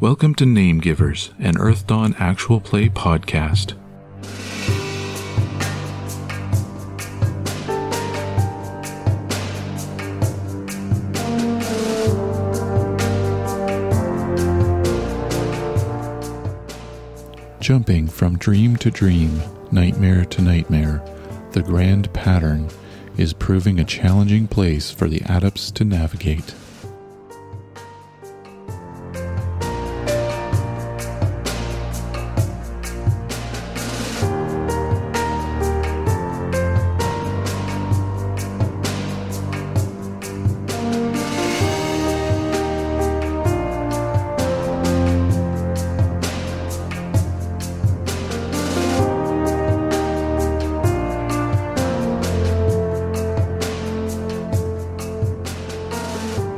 Welcome to Name Givers, an Earth Dawn actual play podcast. Jumping from dream to dream, nightmare to nightmare, the grand pattern is proving a challenging place for the adepts to navigate.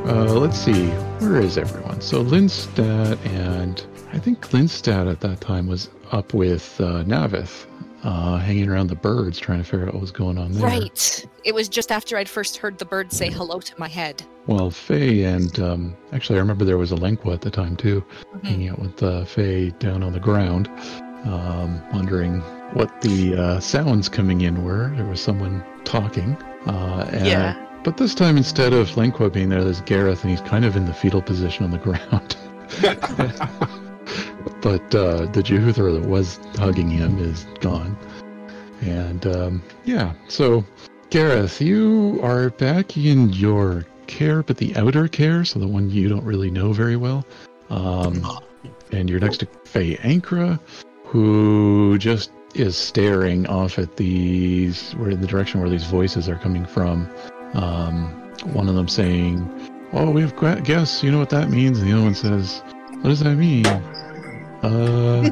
Uh, let's see, where is everyone? So Lindstad and I think Lindstad at that time was up with uh, Navith, uh, hanging around the birds, trying to figure out what was going on there. Right. It was just after I'd first heard the bird say hello to my head. Well, Faye and um, actually, I remember there was a Lenqua at the time too, hanging out with uh, Faye down on the ground, um, wondering what the uh, sounds coming in were. There was someone talking. Uh, and Yeah. But this time, instead of Lenqua being there, there's Gareth, and he's kind of in the fetal position on the ground. but uh, the Jehuther that was hugging him is gone. And um, yeah, so Gareth, you are back in your care, but the outer care, so the one you don't really know very well. Um, and you're next to Faye Ankra, who just is staring off at these, where in the direction where these voices are coming from. Um, one of them saying, "Oh, we have gra- guests. You know what that means?" And the other one says, "What does that mean?" Uh,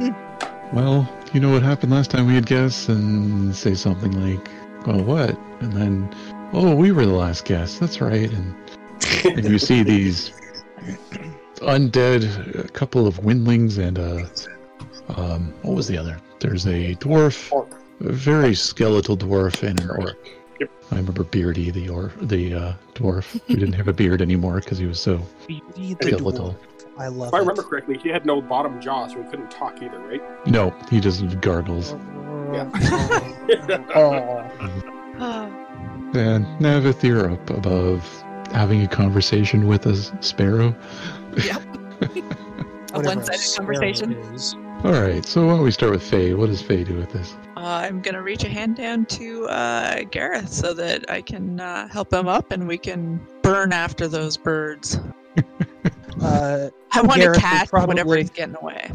well, you know what happened last time we had guests, and say something like, "Well, what?" And then, "Oh, we were the last guests. That's right." And, and you see these undead, a couple of windlings, and a um, what was the other? There's a dwarf, Orc. a very skeletal dwarf, and an orc. I remember Beardy, the or the uh, dwarf, who didn't have a beard anymore because he was so Beauty the skeletal. Dwarf. I love If I remember it. correctly, he had no bottom jaw, so he couldn't talk either, right? No, he just gargles. Oh. And Navith, you're up above having a conversation with a s- sparrow. A Whatever one-sided sparrow conversation. it is. All right, so why don't we start with Faye? What does Faye do with this? Uh, I'm going to reach a hand down to uh, Gareth so that I can uh, help him up and we can burn after those birds. Uh, I want to Gareth will catch whatever probably- is getting away.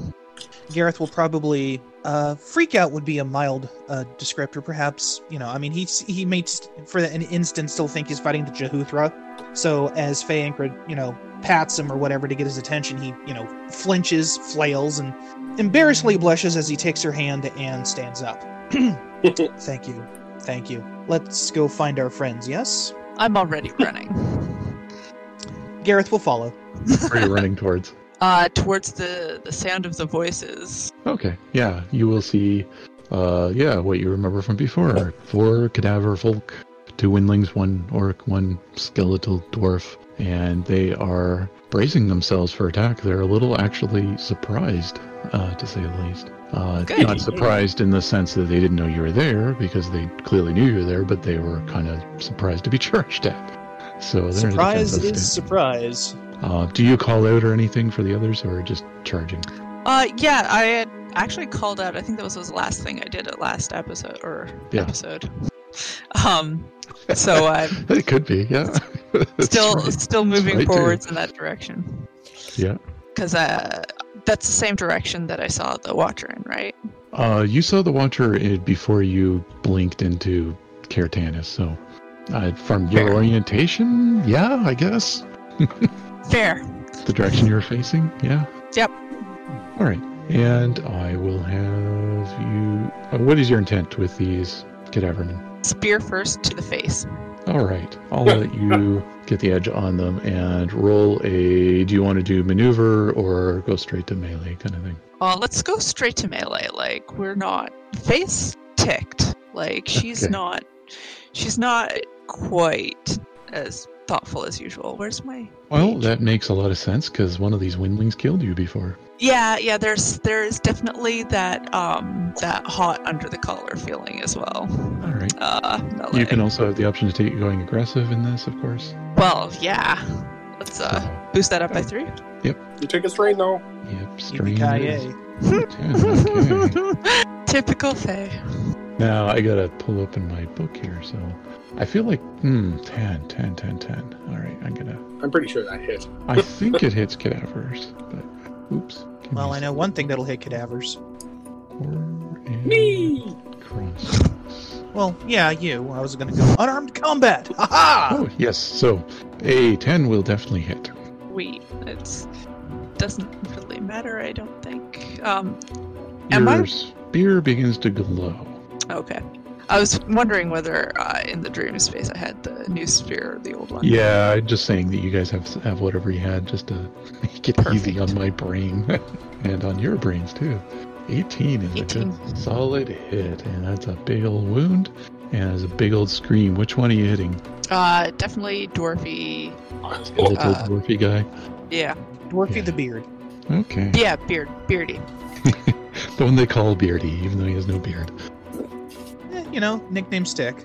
Gareth will probably uh, freak out. Would be a mild uh, descriptor, perhaps. You know, I mean, he's he may st- for an instant still think he's fighting the Jehuthra. So as Fayankra, you know, pats him or whatever to get his attention, he you know flinches, flails, and embarrassingly blushes as he takes her hand and stands up. Thank you, thank you. Let's go find our friends. Yes, I'm already running Gareth will follow. Where are you running towards? uh, towards the, the sound of the voices. Okay, yeah, you will see, uh, yeah, what you remember from before. Four cadaver folk, two windlings, one orc, one skeletal dwarf, and they are bracing themselves for attack. They're a little actually surprised, uh, to say the least. Uh, Good. not surprised in the sense that they didn't know you were there because they clearly knew you were there, but they were kind of surprised to be charged at. So there's a Surprise defensive is stand. surprise. Uh, do you call out or anything for the others, or just charging? Uh, yeah, I had actually called out. I think that was the last thing I did at last episode or Yeah. episode. Um, so I'm It could be, yeah. That's still right. still moving right, too. forwards in that direction. Yeah. Because uh, that's the same direction that I saw the Watcher in, right? Uh, you saw the Watcher i- before you blinked into Kertanis, so uh, from your Fair. orientation, yeah, I guess Fair. the direction you're facing, yeah. Yep. All right, and I will have you. Uh, what is your intent with these cadavermen? Spear first to the face. All right, I'll let you get the edge on them and roll a. Do you want to do maneuver or go straight to melee kind of thing? Uh, let's go straight to melee. Like we're not face ticked. Like she's Okay. not. She's not quite as thoughtful as usual. Where's my? Well, page? that makes a lot of sense because one of these windlings killed you before. Yeah, yeah. There's there is definitely that um that hot under the collar feeling as well. All right. Uh, not You like- can also have the option to take going aggressive in this, of course. Well, yeah. Let's uh boost that up by three. You take a strain though. Yep, strain. is- Yippee-ki-yay. Yeah, okay. Typical Faye. Now I gotta pull open my book here, so I feel like hmm, 10, 10, 10, 10. All right, I'm gonna. I'm pretty sure that hit. I think it hits cadavers, but oops. Give Well, me I know one thing that'll hit cadavers. four and Me. Cross. Well, yeah, you. I was gonna go unarmed combat. Aha! Oh yes, so a 10 will definitely hit. Wait, it's doesn't really matter. I don't think. Um, Your Am I- spear begins to glow. okay. I was wondering whether uh, in the dream space I had the new sphere or the old one. Yeah, I'm just saying that you guys have have whatever you had just to make it easy on my brain and on your brains too. 18 is a 18. good solid hit, and that's a big old wound, and that's a big old scream. Which one are you hitting? Uh, definitely dwarfy. Little Uh, dwarfy guy. Yeah. Dwarfy Yeah. the beard. Okay, Yeah. Beard. Beardy. the one they call Beardy, even though he has no beard. Eh, you know, nickname stick.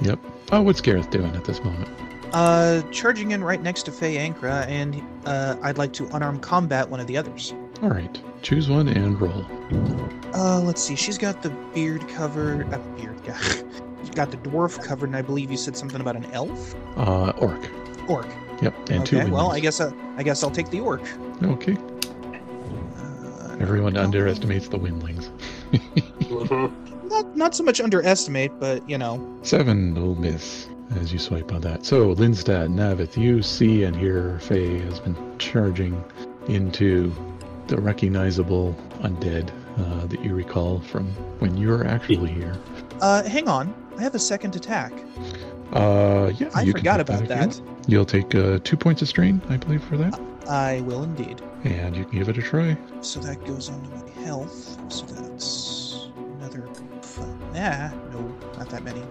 Yep. Oh, what's Gareth doing at this moment? Uh, charging in right next to Fey Ankra, and uh, I'd like to unarmed combat one of the others. All right, choose one and roll. Uh, let's see. She's got the beard covered. Uh, beard guy. She's got the dwarf covered, and I believe you said something about an elf Uh, orc. orc. Yep, and two. okay. Well, windmills. I guess uh, I guess I'll take the orc. Okay. Uh, Everyone underestimates the windlings. Mhm. not not so much underestimate, but you know, Seven will miss as you swipe on that. So, Lindstad, Navith, you see and hear Faye has been charging into the recognizable undead uh, that you recall from when you were actually here. uh, hang on. I have a second attack. Uh, yeah, I you can forgot take about again. that. You'll take uh, two points of strain, I believe, for that, I will indeed. and you can give it a try. So that goes on to my health. So that's another. Five. Nah, no, not that many.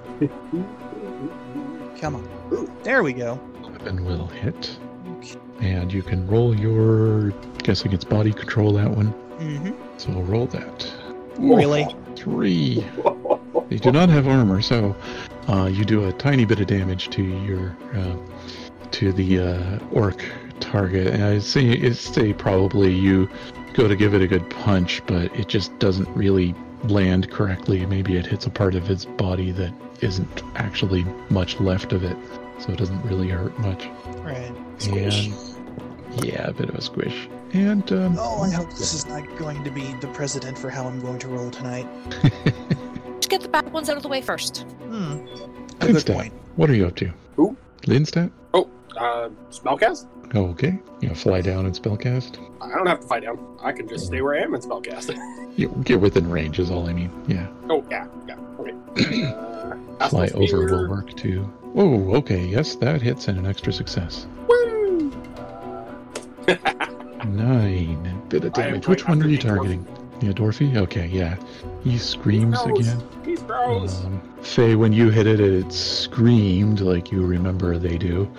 Come on. There we go. Eleven will hit, Okay. and you can roll your. Guessing it's body control that one. Mm-hmm. So roll that. Really? Three. You do not have armor, so uh, you do a tiny bit of damage to your uh, to the uh, orc target. And I say it's say probably you go to give it a good punch, but it just doesn't really land correctly. Maybe it hits a part of its body that isn't actually much left of it, so it doesn't really hurt much. Right. Squish. And- yeah, a bit of a squish. And um, Oh, I hope this is not going to be the precedent for how I'm going to roll tonight. Just get the bad ones out of the way first. Hmm. A Good good stuff. point. What are you up to? Who? Linstat? Uh, spellcast? Oh, okay. You know, fly down and spellcast? I don't have to fight down. I can just stay where I am and spellcast. You get within range is all I mean. Yeah. oh yeah, yeah. Okay. Uh, Fly Astral over Sphere. will work too. Oh, okay. Yes, that hits and an extra success. Woo! Uh, Nine. Bit of I am damage. going Which one after are you the dwarf. targeting? Yeah, Dorothy? Okay, yeah. He screams Gross. again. He's gross. Um, Faye, when you hit it, it screamed like you remember they do.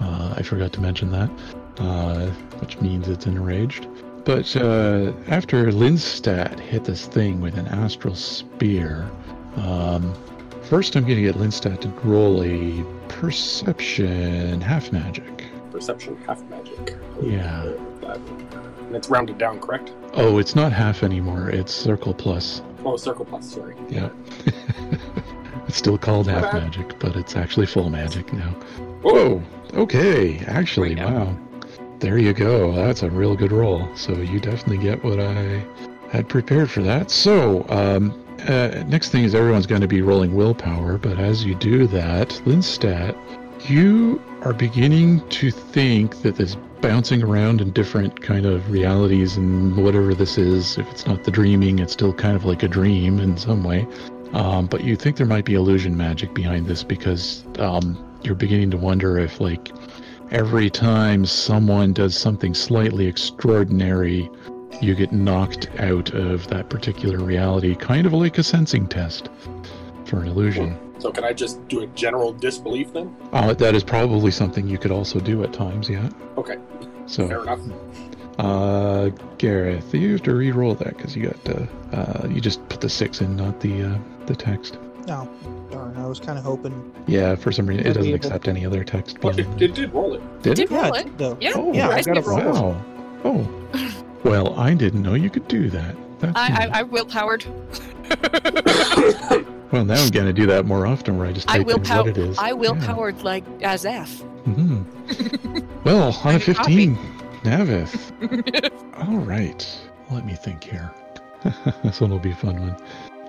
Uh, I forgot to mention that, uh, which means it's enraged. But uh, after Lindstad hit this thing with an astral spear, um, first I'm going to get Lindstad to roll a perception half magic. Perception, half magic. Hmm. Yeah. That one. And it's rounded down, correct? Oh, it's not half anymore. It's circle plus. Oh, circle plus. Sorry. Yeah. it's still called My half bad. magic, but it's actually full magic now. Whoa! Whoa. Okay. Actually, Right now. wow. There you go. That's a real good roll. So you definitely get what I had prepared for that. So, um, uh, next thing is everyone's going to be rolling willpower, but as you do that, Linstat, you are beginning to think that this bouncing around in different kind of realities and whatever this is, if it's not the dreaming, it's still kind of like a dream in some way. Um, but you think there might be illusion magic behind this because um, you're beginning to wonder if, like, every time someone does something slightly extraordinary, you get knocked out of that particular reality, kind of like a sensing test for an illusion. So can I just do a general disbelief then? Uh, that is probably something you could also do at times, yeah. Okay. Fair So, enough. uh, Gareth, you have to re-roll that because you got uh, uh, you just put the six in, not the uh, the text. Oh, darn. I was kind of hoping. Yeah, for some reason it That'd be doesn't able- accept any other text. Well, it, beyond it did roll it. that. Did yeah, roll I it. did, though. Yeah, Oh, yeah, I I got a did roll it. Wow. Oh. Well, I didn't know you could do that. That's I, neat. I, I will powered. Well, now I'm gonna do that more often, where I just I type will in pow- what it is. I will Yeah. powered like as F. hmm well, on a Like a copy. 15, Navith. All right. Let me think here. this one will be a fun one.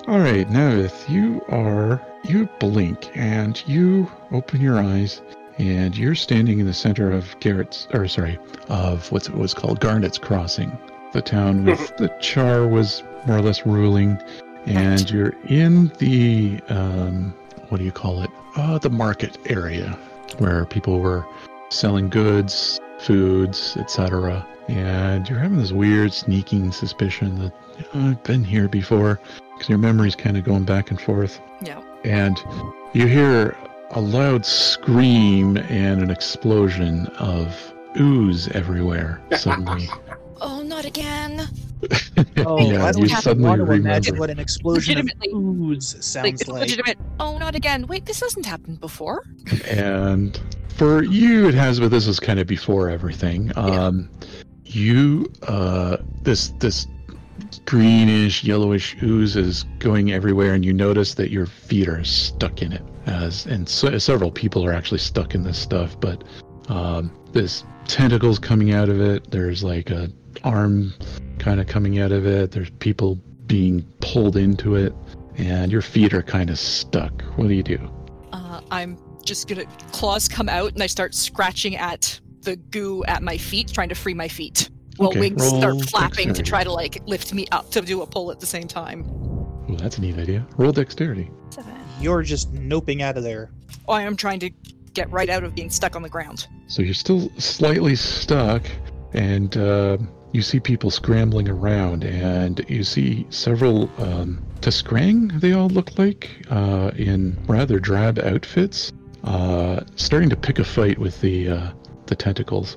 All right, Navith, you are. You blink and you open your eyes, and you're standing in the center of Garrett's. Or, sorry, of what's it was called Garnet's Crossing, the town with the Char was more or less ruling, and you're in the. Um, what do you call it? Uh, the market area where people were selling goods, foods, etc. And you're having this weird sneaking suspicion that "Oh, I've been here before because your memory's kind of going back and forth. Yeah. And you hear a loud scream and an explosion of ooze everywhere suddenly. Oh, not again. Oh, I don't you have suddenly want to imagine remember. what an explosion of Legitimately. ooze Like, sounds it's like. legitimate. Oh, not again. Wait, this hasn't happened before. and for you it has but this is kind of before everything um you uh this this greenish yellowish ooze is going everywhere and you notice that your feet are stuck in it as and se- several people are actually stuck in this stuff but um this tentacles coming out of it there's like a arm kind of coming out of it there's people being pulled into it and your feet are kind of stuck what do you do Uh, I'm just gonna claws come out and I start scratching at the goo at my feet, trying to free my feet. While Okay, wings roll start flapping to dexterity. try to like lift me up to do a pull at the same time. Well, that's a neat idea. Roll dexterity. Seven. You're just noping out of there. Oh, I am trying to get right out of being stuck on the ground. So you're still slightly stuck, and uh, you see people scrambling around, and you see several um, Tuskrang, they all look like, uh, in rather drab outfits, uh, starting to pick a fight with the uh, the tentacles.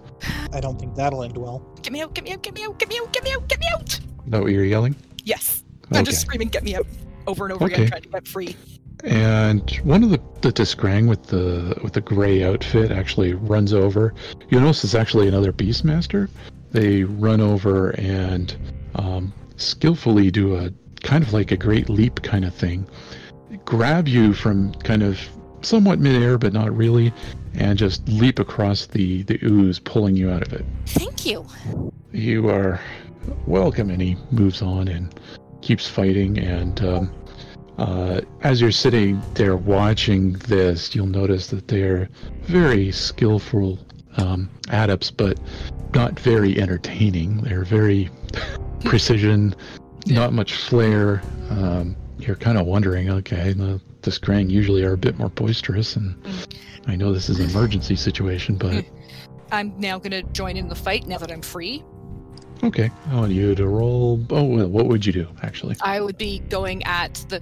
I don't think that'll end well. Get me out! Get me out! Get me out! Get me out! Get me out! Get me out! Is that what you're yelling? Yes. I'm just screaming, "Get me out!" over and over Okay. again, trying to get free. And one of the the Tuskrang with the with the gray outfit actually runs over. You notice it's actually another Beastmaster. They run over and um, skillfully do a kind of like a great leap kind of thing, grab you from kind of somewhat midair but not really, and just leap across the the ooze, pulling you out of it. Thank you. You are welcome, and he moves on and keeps fighting. And um, uh, as you're sitting there watching this, you'll notice that they're very skillful um, adepts, but not very entertaining. They're very precision, not much flair. Um, you're kind of wondering, okay, the, the Scrang usually are a bit more boisterous, and I know this is an emergency situation, but I'm now gonna join in the fight now that I'm free. okay. I want you to roll. Oh, well, what would you do, actually? I would be going at the,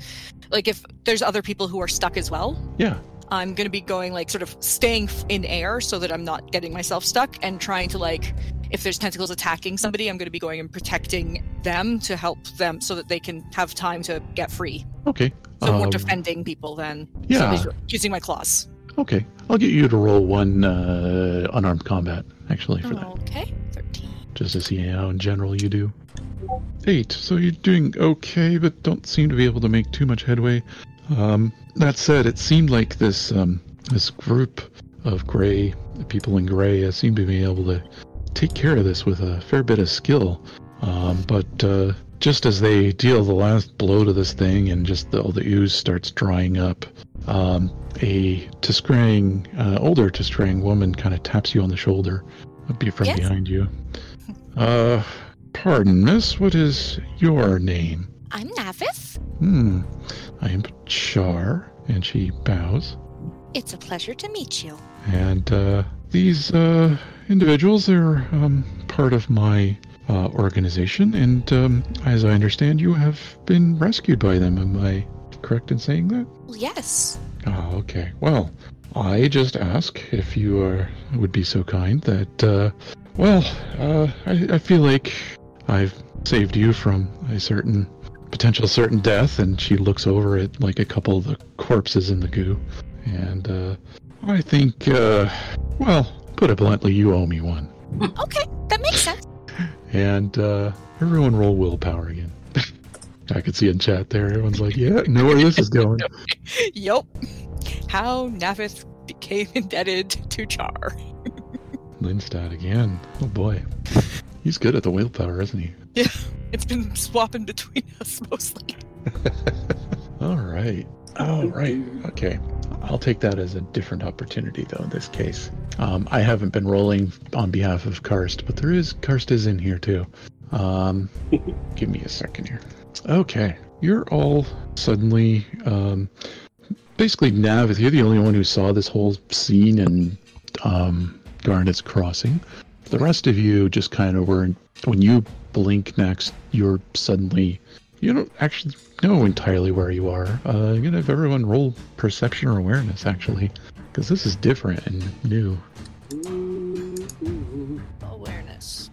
like, if there's other people who are stuck as well. Yeah. I'm gonna be going like sort of staying f- in air so that I'm not getting myself stuck and trying to like, if there's tentacles attacking somebody, I'm gonna be going and protecting them to help them so that they can have time to get free. Okay. So more um, defending people than Yeah. somebody's using my claws. Okay. I'll get you to roll one uh, unarmed combat actually for that, Okay, thirteen. just to see how in general you do. Eight. So you're doing okay, but don't seem to be able to make too much headway. Um, that said, it seemed like this um, this group of gray people in gray uh, seemed to be able to take care of this with a fair bit of skill. Um, but uh, just as they deal the last blow to this thing, and just the, all the ooze starts drying up, um, a Tiskrang, uh, older Tiskrang woman kind of taps you on the shoulder uh, be from Yes? behind you. Uh, pardon, miss, what is your name? I'm Navis. Hmm, I am Char, and she bows. It's a pleasure to meet you. And uh, these uh, individuals are um, part of my uh, organization, and um, as I understand, you have been rescued by them. Am I correct in saying that? Yes. Oh, okay. Well, I just ask if you are, would be so kind that, uh, well, uh, I, I feel like I've saved you from a certain potential certain death, and she looks over at like a couple of the corpses in the goo, and uh, I think, uh, well, put it bluntly, you owe me one. Okay, that makes sense. And uh, everyone roll willpower again. I could see in chat there. Everyone's like, "Yeah, I know where this is going." yup. How Navith became indebted to Char. Lindstad again. Oh boy, he's good at the willpower, isn't he? It's been swapping between us mostly. All right. All right. Okay. I'll take that as a different opportunity, though. In this case, um, I haven't been rolling on behalf of Karst, but there is Karst is in here too. Um, give me a second here. Okay, you're all suddenly, um, basically, Navith. You're the only one who saw this whole scene in um, Garnet's Crossing. The rest of you just kind of were. When you blink next, you're suddenly you don't actually know entirely where you are. Uh, I'm gonna have everyone roll perception or awareness actually, because this is different and new. Awareness.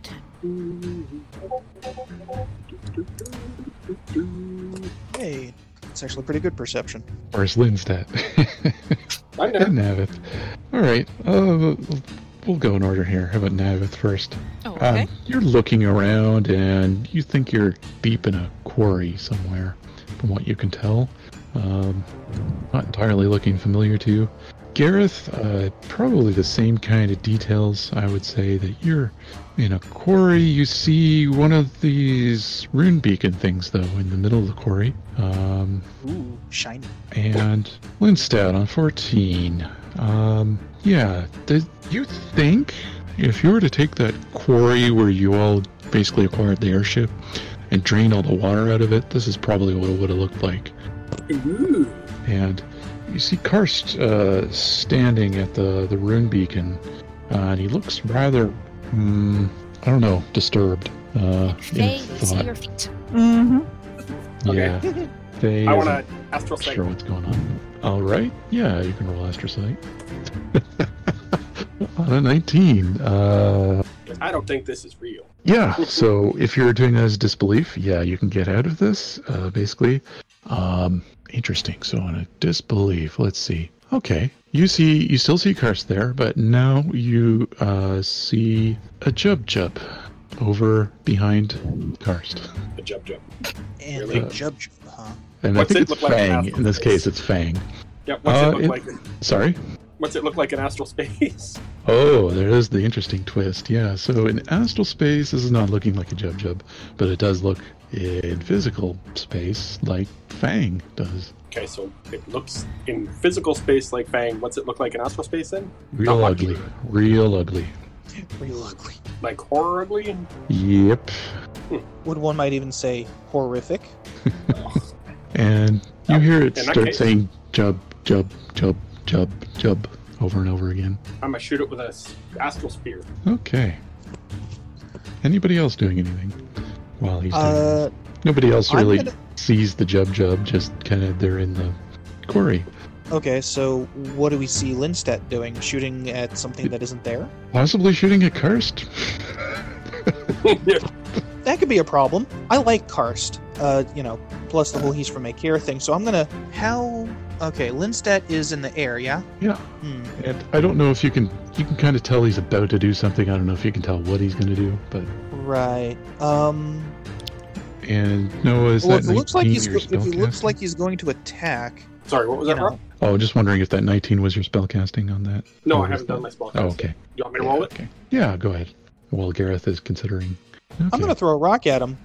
Hey, it's actually pretty good perception. Where's Lindstat? I'm there. and Navith. All right, uh, we'll go in order here. How about Navith first? Oh, okay. Um, you're looking around and you think you're deep in a quarry somewhere, from what you can tell. Um, not entirely looking familiar to you. Gareth, uh, probably the same kind of details, I would say, that you're in a quarry. You see one of these rune beacon things, though, in the middle of the quarry. Um, Ooh, shiny. and Lindstad on 14. Um, yeah, did you think if you were to take that quarry where you all basically acquired the airship and drain all the water out of it, this is probably what it would have looked like. Ooh. And you see Karst uh, standing at the, the rune beacon, uh, and he looks rather, hmm, I don't know, disturbed. Uh, in Faye, we see thought. your feet. Mm-hmm. Yeah. Faye I is want a- to astral sight. sure what's going on. All right. Yeah, you can roll astrocyte. on a 19. Uh, I don't think this is real. yeah, so if you're doing that as disbelief, yeah, you can get out of this, uh, basically. Um, interesting. So on a disbelief, let's see. Okay. You see, you still see Karst there, but now you uh, see a Jub Jub over behind Karst. A jump jump. And Really? a jub uh-huh. jub, huh? And What's I think it it's look like Fang. after In this this? case, it's Fang. Yeah, what's Uh, it look it- like? Sorry? What's it look like in astral space? Oh, there is the interesting twist. Yeah, so in astral space, this is not looking like a Jub Jub, but it does look in physical space like Fang does. okay, so it looks in physical space like Fang. What's it look like in astral space then? Real Not much. ugly. Real ugly. Real ugly. Like horribly? Yep. Would one might even say horrific? And you Oh, hear it in that start case- saying Jub, Jub, Jub, Jub, Jub over and over again. I'm gonna shoot it with a s- astral spear. Okay. Anybody else doing anything while he's doing this? Uh, Nobody else I'm really gonna- sees the Jub Jub, just kind of they're in the quarry. okay, so what do we see Linstat doing? Shooting at something that isn't there? Possibly shooting at Karst. That could be a problem. I like Karst. Uh, you know, plus the whole he's from Akira thing. So I'm gonna how? Okay, Linstat is in the air, yeah. Yeah. Hmm. and I don't know if you can you can kind of tell he's about to do something. I don't know if you can tell what he's going to do, but Right. Um. and Noah is Well, that if it looks like 19 he's your go- if he looks spellcasting? like he's going to attack, Sorry, what was you that, know, Rob? Oh, just wondering if that 19 was your spell casting on that. Or No, I was haven't that- done my spell. Oh, cast. okay. You want me to Yeah, roll it? okay. Yeah, go ahead. While Gareth is considering. I'm Okay. gonna throw a rock at him.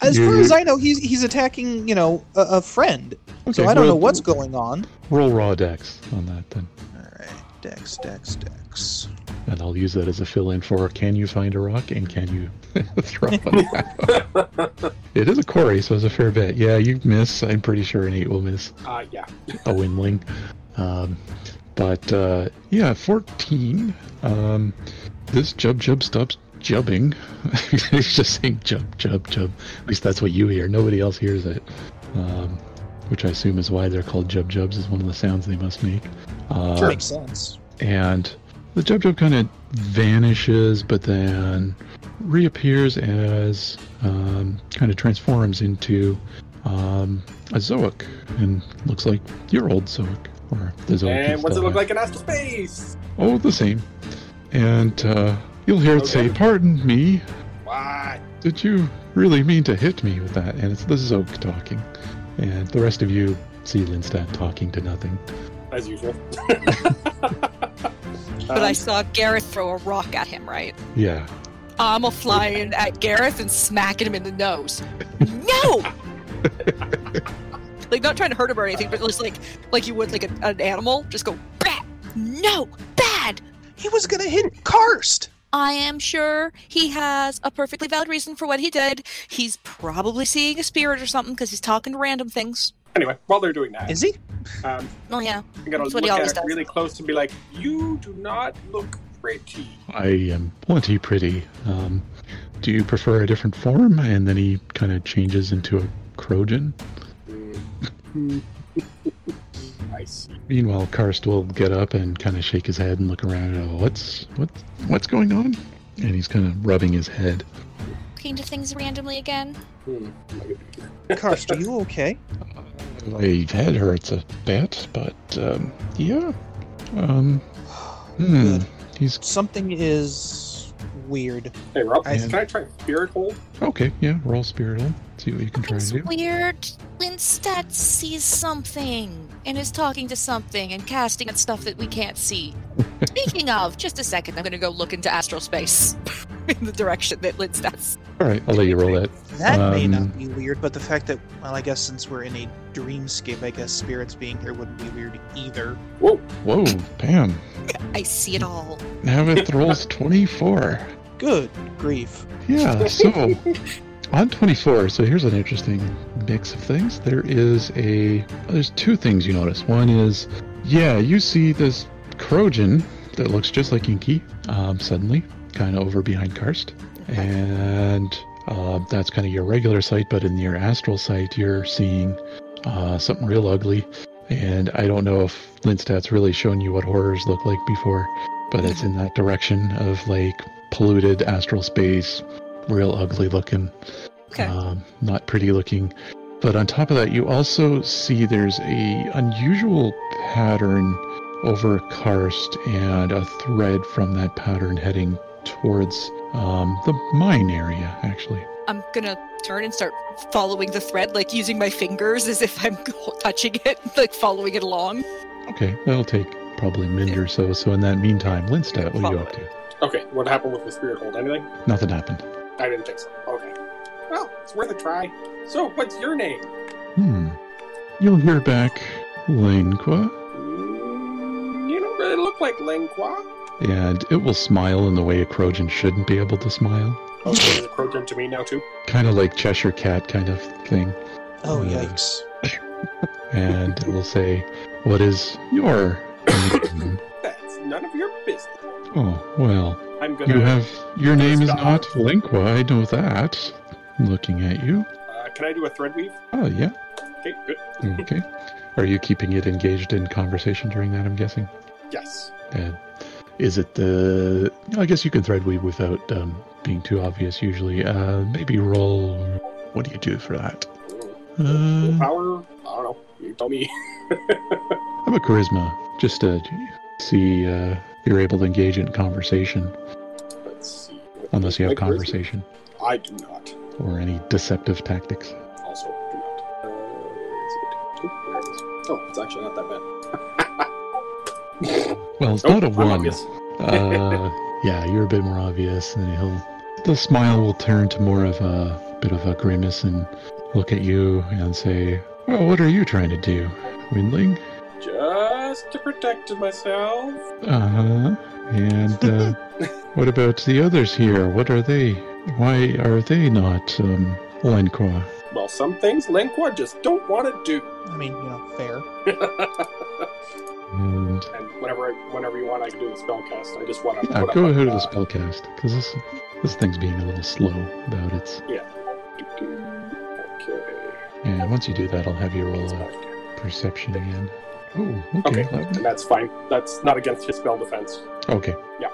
as far You- as I know, he's he's attacking you know a, a friend. so Okay, I don't know roll- what's going on. Roll raw dex on that then, All right, Dex, Dex, Dex. and I'll use that as a fill-in for can you find a rock and can you throw one? it is a quarry, so it's a fair bet. Yeah, you miss. I'm pretty sure an eight will miss. Uh, yeah. a windling. Um, but uh, yeah, 14. Um, this Jub Jub stops jubbing. He's just saying Jub Jub Jub. At least that's what you hear. Nobody else hears it. um, which I assume is why they're called Jub Jubs, is one of the sounds they must make. Uh, Makes sense. and the Jub Jub kind of vanishes, but then reappears as um, kind of transforms into um, a Zoic, and looks like your old Zoic or the Zoic. you And what's it still look have. like in astral space? Oh, the same. And uh, you'll hear it say, Okay. "Pardon me, What? did you really mean to hit me with that?" And it's the Zoic talking, and the rest of you see Lindstat talking to nothing. As usual. But I saw Gareth throw a rock at him, right? Yeah, I'm a flying at Gareth and smacking him in the nose. No! like not trying to hurt him or anything, but just like like you would like a, an animal, just go bat. No, bad. He was gonna hit Karst. I am sure he has a perfectly valid reason for what he did. He's probably seeing a spirit or something because he's talking to random things. Um, anyway, while they're doing that, Is he? um, Oh yeah, I'm gonna That's look what he at always it does. really close and be like, "You do not look pretty." I am plenty pretty. Um, do you prefer a different form? And then he kind of changes into a Krogan. Mm. I see. Meanwhile, Karst will get up and kind of shake his head and look around. And go, what's what? What's going on? And he's kind of rubbing his head. looking to things randomly again. Hmm. am I gonna do that? Karst, are you okay? My head hurts a bit, but um, yeah. Um, hmm. Good. He's Something is weird. Hey, Rob, I- can I try spirit hold? okay. Yeah, roll spiritual. See what you can try and It's do. weird. Linstat sees something and is talking to something and casting at stuff that we can't see. Speaking of, just a second, I'm going to go look into astral space in the direction that Linstat's. All right, I'll let you roll that. That may Um, not be weird, but the fact that well, I guess since we're in a dreamscape, I guess spirits being here wouldn't be weird either. Whoa! Whoa, Pam! I see it all. Navith rolls twenty-four. Good grief. Yeah, so on 24, so here's an interesting mix of things. There is a oh, there's two things you notice. One is, yeah, you see this Krogan that looks just like Inky um, suddenly, kind of over behind Karst, and uh, that's kind of your regular sight. But in your astral sight, you're seeing uh, something real ugly. And I don't know if Linstat's really shown you what horrors look like before, but it's in that direction of like polluted astral space, real ugly looking, Okay. um, not pretty looking. But on top of that, you also see there's a unusual pattern over karst and a thread from that pattern heading towards um, the mine area, actually. I'm going to turn and start following the thread, like using my fingers as if I'm touching it, like following it along. Okay, that'll take probably a minute or so. So in that meantime, Linstat, what are you up to? Okay, what happened with the spirit hold? Anything? Nothing happened. I didn't think so. Okay. Well, it's worth a try. So, what's your name? Hmm. You'll hear back Lingua, Mm, you don't really look like Lingua. and it will smile in the way a Krogan shouldn't be able to smile. Oh, is it Krogan to me now too? Kind of like Cheshire Cat kind of thing. Oh Yeah. yikes. And it will say, What is your name? That's none of your business. Oh, well, I'm gonna. you have. Your name is Stop. not Lingua, I know that. Looking at you. Uh, can I do a thread weave? Oh, yeah. Okay, good. Okay. Are you keeping it engaged in conversation during that, I'm guessing? Yes. And is it the? I guess you can thread weave without um, being too obvious. Usually, uh, maybe roll. What do you do for that? Uh, Power? I don't know. You tell me. I'm a charisma, just to see uh, if you're able to engage in conversation, Let's see. unless you have Like charisma? conversation I do not. or any deceptive tactics. Also, do not. Uh, is it two? There it is. Oh, it's actually not that bad. Well, it's Oh, not a I'm one. obvious. Uh, yeah, you're a bit more obvious, and he'll. The smile will turn to more of a bit of a grimace and look at you and say, "Well, what are you trying to do, Windling?" Just to protect myself. Uh huh. And uh, what about the others here? What are they? Why are they not um, Lenqua? Well, some things Lingua just don't want to do. I mean, you know, fair. And And whenever, I, whenever you want, I can do the spell cast. I just want to. yeah, go ahead with the spellcast because this this thing's being a little slow about its. Okay. And once you do that, I'll have you roll It's a fine. perception again. Oh, okay. Okay. eleven. And that's fine. That's not against his spell defense. Okay. Yeah.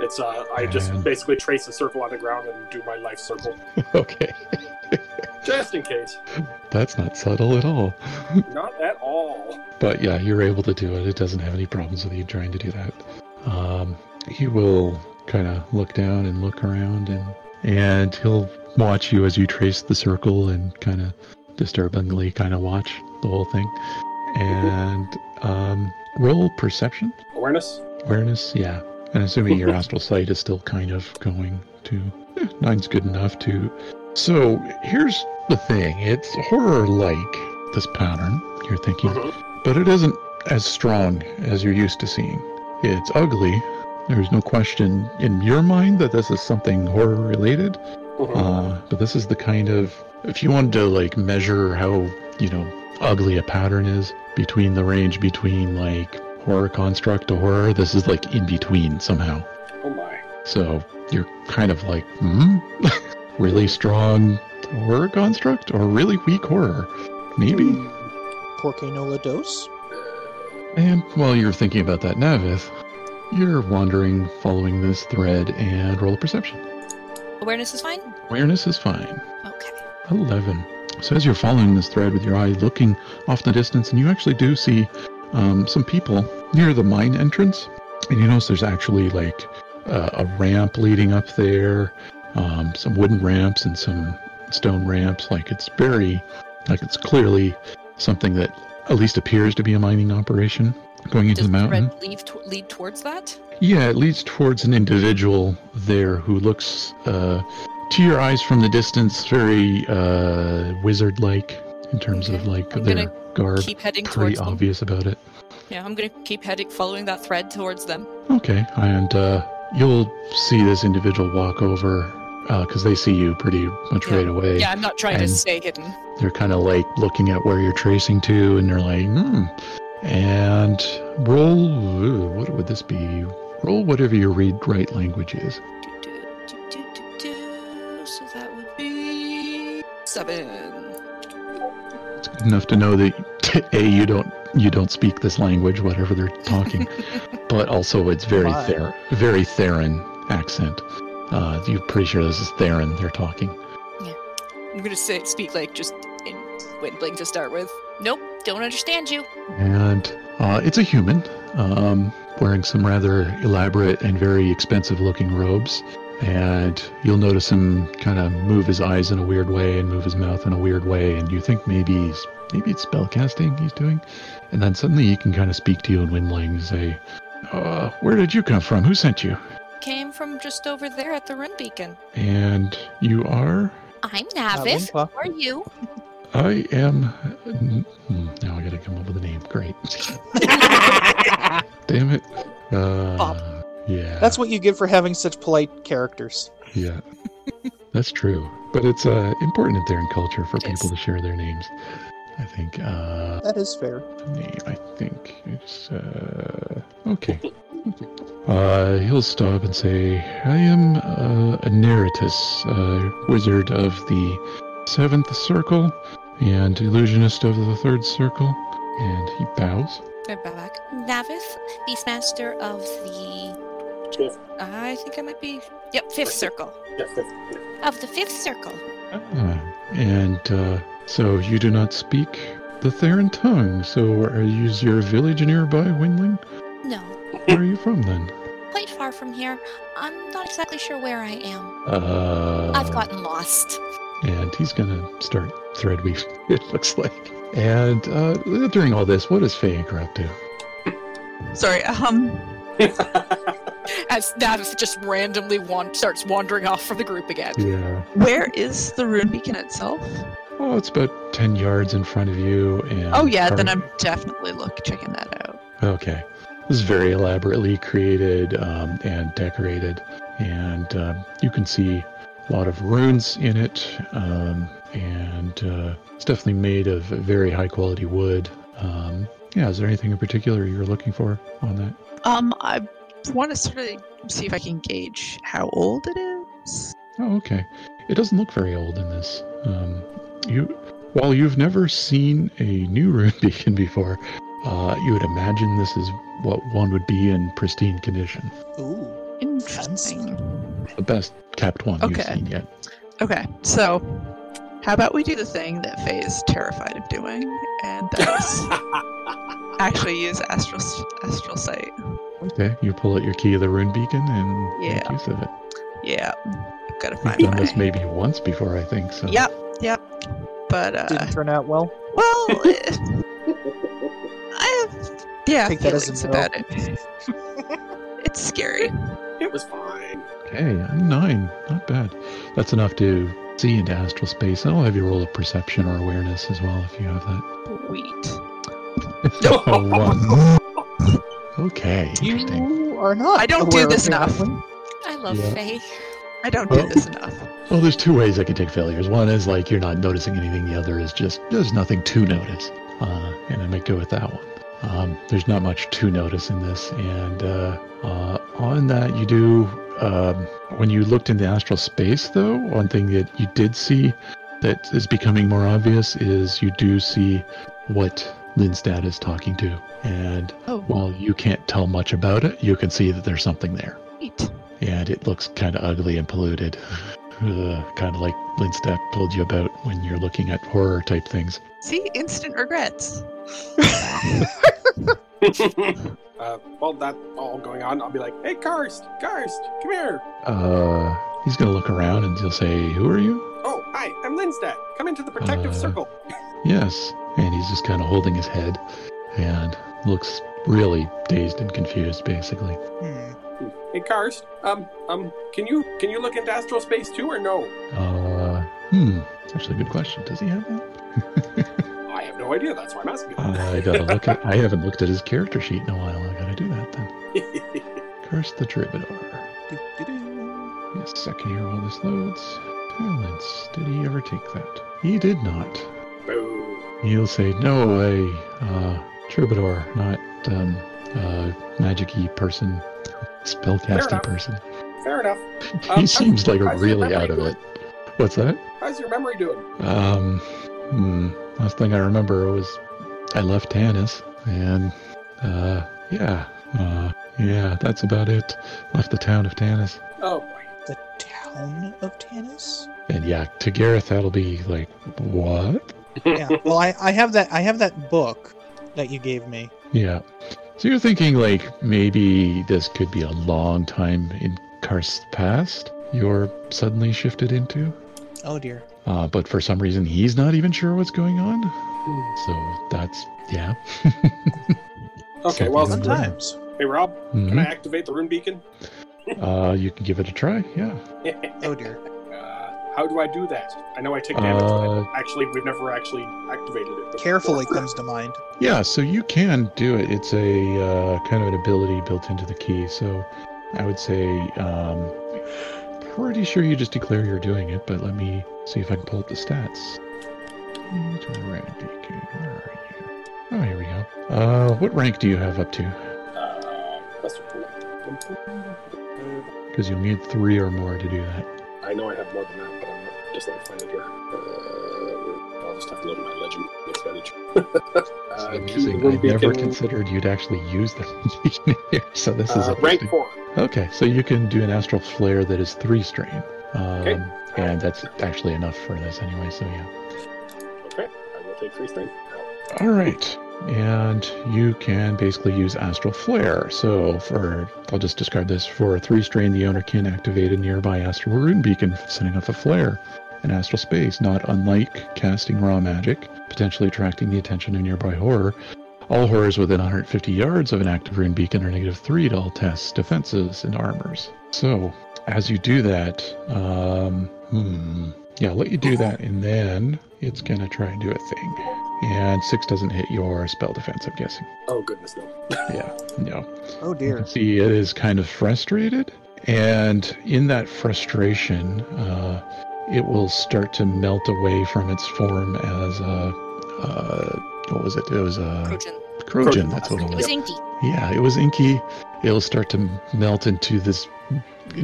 It's uh, I just And- basically trace a circle on the ground and do my life circle, Okay. just in case. That's not subtle at all. Not at all. But yeah, you're able to do it. It doesn't have any problems with you trying to do that. Um, he will kind of look down and look around, and and he'll watch you as you trace the circle and kind of disturbingly kind of watch the whole thing. And um, roll perception Awareness. awareness. Yeah, and assuming your astral sight is still kind of going to eh, nine's good enough to. So here's the thing: it's horror-like this pattern you're thinking Uh-huh. but it isn't as strong as you're used to seeing. It's ugly. There's no question in your mind that this is something horror related. Mhm. Uh, but this is the kind of if you wanted to like measure how you know ugly a pattern is between the range between like horror construct to horror, this is like in between somehow. Oh my. So you're kind of like, hmm, really strong horror construct or really weak horror, maybe. Porque nola dos. And while you're thinking about that, Navith, you're wandering following this thread and roll a perception. Awareness is fine? Awareness is fine. Okay. 11. So as you're following this thread with your eye looking off in the distance, and you actually do see um, some people near the mine entrance, and you notice there's actually like uh, a ramp leading up there, um, some wooden ramps and some stone ramps. Like it's very, like it's clearly something that at least appears to be a mining operation going into Does the mountain. red leave to- lead towards that? Yeah, it leads towards an individual there who looks, uh, to your eyes from the distance, very uh, wizard-like in terms of Okay, like I'm their garb. Keep heading Pretty towards them. obvious about it. Yeah, I'm gonna keep heading, following that thread towards them. Okay, and uh, you'll see this individual walk over because they see you pretty much Yeah. right away. Yeah, I'm not trying to And- stay hidden. They're kind of like looking at where you're tracing to, and they're like, hmm. And roll. ooh, What would this be? Roll whatever your read-write language is. Do, do, do, do, do, do. So that would be seven. enough to know that a you don't you don't speak this language whatever they're talking but also it's very Why? Theron, very Theron accent uh, you're pretty sure this is Theron they're talking I'm gonna say, speak like just in whittling to start with. Nope, don't understand you. and uh, it's a human um, wearing some rather elaborate and very expensive looking robes and you'll notice him kind of move his eyes in a weird way and move his mouth in a weird way and you think maybe he's maybe it's spell casting he's doing and then suddenly he can kind of speak to you in windling and say uh, where did you come from who sent you Came from just over there at the Rim Beacon. and you are I'm Navis. Wingpa. Who are you? i am Hmm, now i gotta come up with a name great damn it uh, Bob. yeah That's what you get for having such polite characters. Yeah, that's true. But it's uh, important in their culture for Yes. people to share their names. I think. Uh, That is fair. name, I think it's uh, okay. Uh, he'll stop and say, "I am uh, a Neritus, uh, wizard of the seventh circle, and illusionist of the third circle." And he bows. Navith, Beastmaster of the. Fifth. I think I might be. Yep, fifth circle. Yeah, fifth. Yeah. Of the fifth circle. Ah, and uh, so you do not speak the Theron tongue. So are you, is your village nearby, Windling? No, Where are you from then? quite far from here. I'm not exactly sure where I am. Uh, I've gotten lost. And he's gonna start thread weave. It looks like. And uh, during all this, what is Fayegra up to? Sorry, um, As Navis just randomly wan- starts wandering off from the group again. Yeah. where is the rune beacon itself? Oh, it's about ten yards in front of you. And Oh yeah, then Are- I'm definitely look checking that out. Okay. This is very elaborately created um, and decorated, and um, you can see a lot of runes in it, um, and uh, it's definitely made of very high quality wood. Um, yeah, is there anything in particular you're looking for on that? Um, I want to sort of see if I can gauge how old it is. Oh, okay. It doesn't look very old in this. Um, you While you've never seen a new rune beacon before, uh, you would imagine this is what one would be in pristine condition. Ooh. Interesting. The best capped one you've Okay. seen yet. Okay, so how about we do the thing that Faye is terrified of doing, and that is actually use astral astral sight. Okay, you pull out your key of the rune beacon and make Yeah. use of it. Yeah, I've got to You've find done my. this maybe once before, I think. So Yep, yep. But uh, Didn't turn out well. well, eh, I have yeah Take that as a feelings no. about it. it's scary. It was fine. Okay, a nine, not bad. That's enough to see into astral space. I'll have you roll a perception or awareness as well if you have that. Sweet. A one. Okay, interesting. You are not. I don't do aware, this enough. apparently. I love Yeah. Faye. I don't do Oh. this enough. Well, there's two ways I could take failures. One is like you're not noticing anything. The other is just there's nothing to notice, uh, and I might go with that one. Um, there's not much to notice in this, and uh, uh, on that you do. Um, when you looked in the astral space, though, one thing that you did see that is becoming more obvious is you do see what Linstad is talking to, and Oh. while you can't tell much about it, you can see that there's something there Sweet. and it looks kind of ugly and polluted. Uh, kind of like Lindstep told you about when you're looking at horror type things. See, instant regrets. uh, while that all going on, I'll be like, "Hey, Karst, Karst, come here." Uh, he's going to look around and he'll say, Who are you? Oh, hi, I'm Lindstat. Come into the protective Uh, circle. Yes. And he's just kind of holding his head and looks really dazed and confused, basically. Hmm. Hey, Karst. Um, um, can you can you look into astral space too, or no? Uh, hmm. It's actually a good question. Does he have that? I have no idea. That's why I'm asking. I gotta look at. I haven't looked at his character sheet in a while. I gotta do that then. Curse the Troubadour. Do, do, do. Give me a second here while this loads. Talents. Did he ever take that? He did not. Boo. He'll say, no way, uh, troubadour, not, um, uh, magic-y person, Fair spellcasty enough. person. Fair enough. Um, he seems like how's your really memory out of doing? it. What's that? How's your memory doing? Um, hmm, last thing I remember was I left Tanis, and, uh, yeah, uh, yeah, that's about it. Left the town of Tanis. Oh boy. The town of Tanis. And yeah, to Gareth, that'll be like, what? yeah. Well, I, I have that. I have that book that you gave me. Yeah. So you're thinking like maybe this could be a long time in Karst's past you're suddenly shifted into? Oh dear. Uh, but for some reason, he's not even sure what's going on. So that's, yeah. Okay. Well, Something. Sometimes. hey, Rob, can I Mhm. activate the rune beacon? Uh, you can give it a try. Yeah. Oh dear. Uh, how do I do that? I know I take damage, but Uh, I, actually, we've never actually activated it. before. Carefully comes to mind. Yeah, so you can do it. It's a uh, kind of an ability built into the key. So I would say, um, pretty sure you just declare you're doing it, but let me see if I can pull up the stats. Into the rank beacon. Where are you? Oh, here we go. Uh, what rank do you have up to? Uh, that's a- Because you'll need three or more to do that. I know I have more than that, but I'm not just let me find it here. Uh, I'll just have to load my legend expenditure. It's uh, amazing. Key I never Beacon, considered you'd actually use that here. So this is uh, rank interesting. four. Okay, so you can do an astral flare that is three strain. Um, Okay. And that's actually enough for this anyway, so yeah. Okay, I will take free strain. All right. And you can basically use Astral Flare. So, for I'll just describe this for a three strain, the owner can activate a nearby Astral Rune Beacon, sending off a flare in astral space, not unlike casting raw magic, potentially attracting the attention of nearby horror. All horrors within 150 yards of an active rune beacon are negative three to all tests, defenses, and armors. So, as you do that, um, hmm, yeah, let you do that, and then it's gonna try and do a thing. And six doesn't hit your spell defense, I'm guessing. Oh goodness, no. No. Oh You dear. can see it is kind of frustrated. And in that frustration, uh, it will start to melt away from its form as a. Uh, what was it? It was a. Crojan. Crojan, that's what it It was. was inky. Yeah, it was inky. It'll start to melt into this.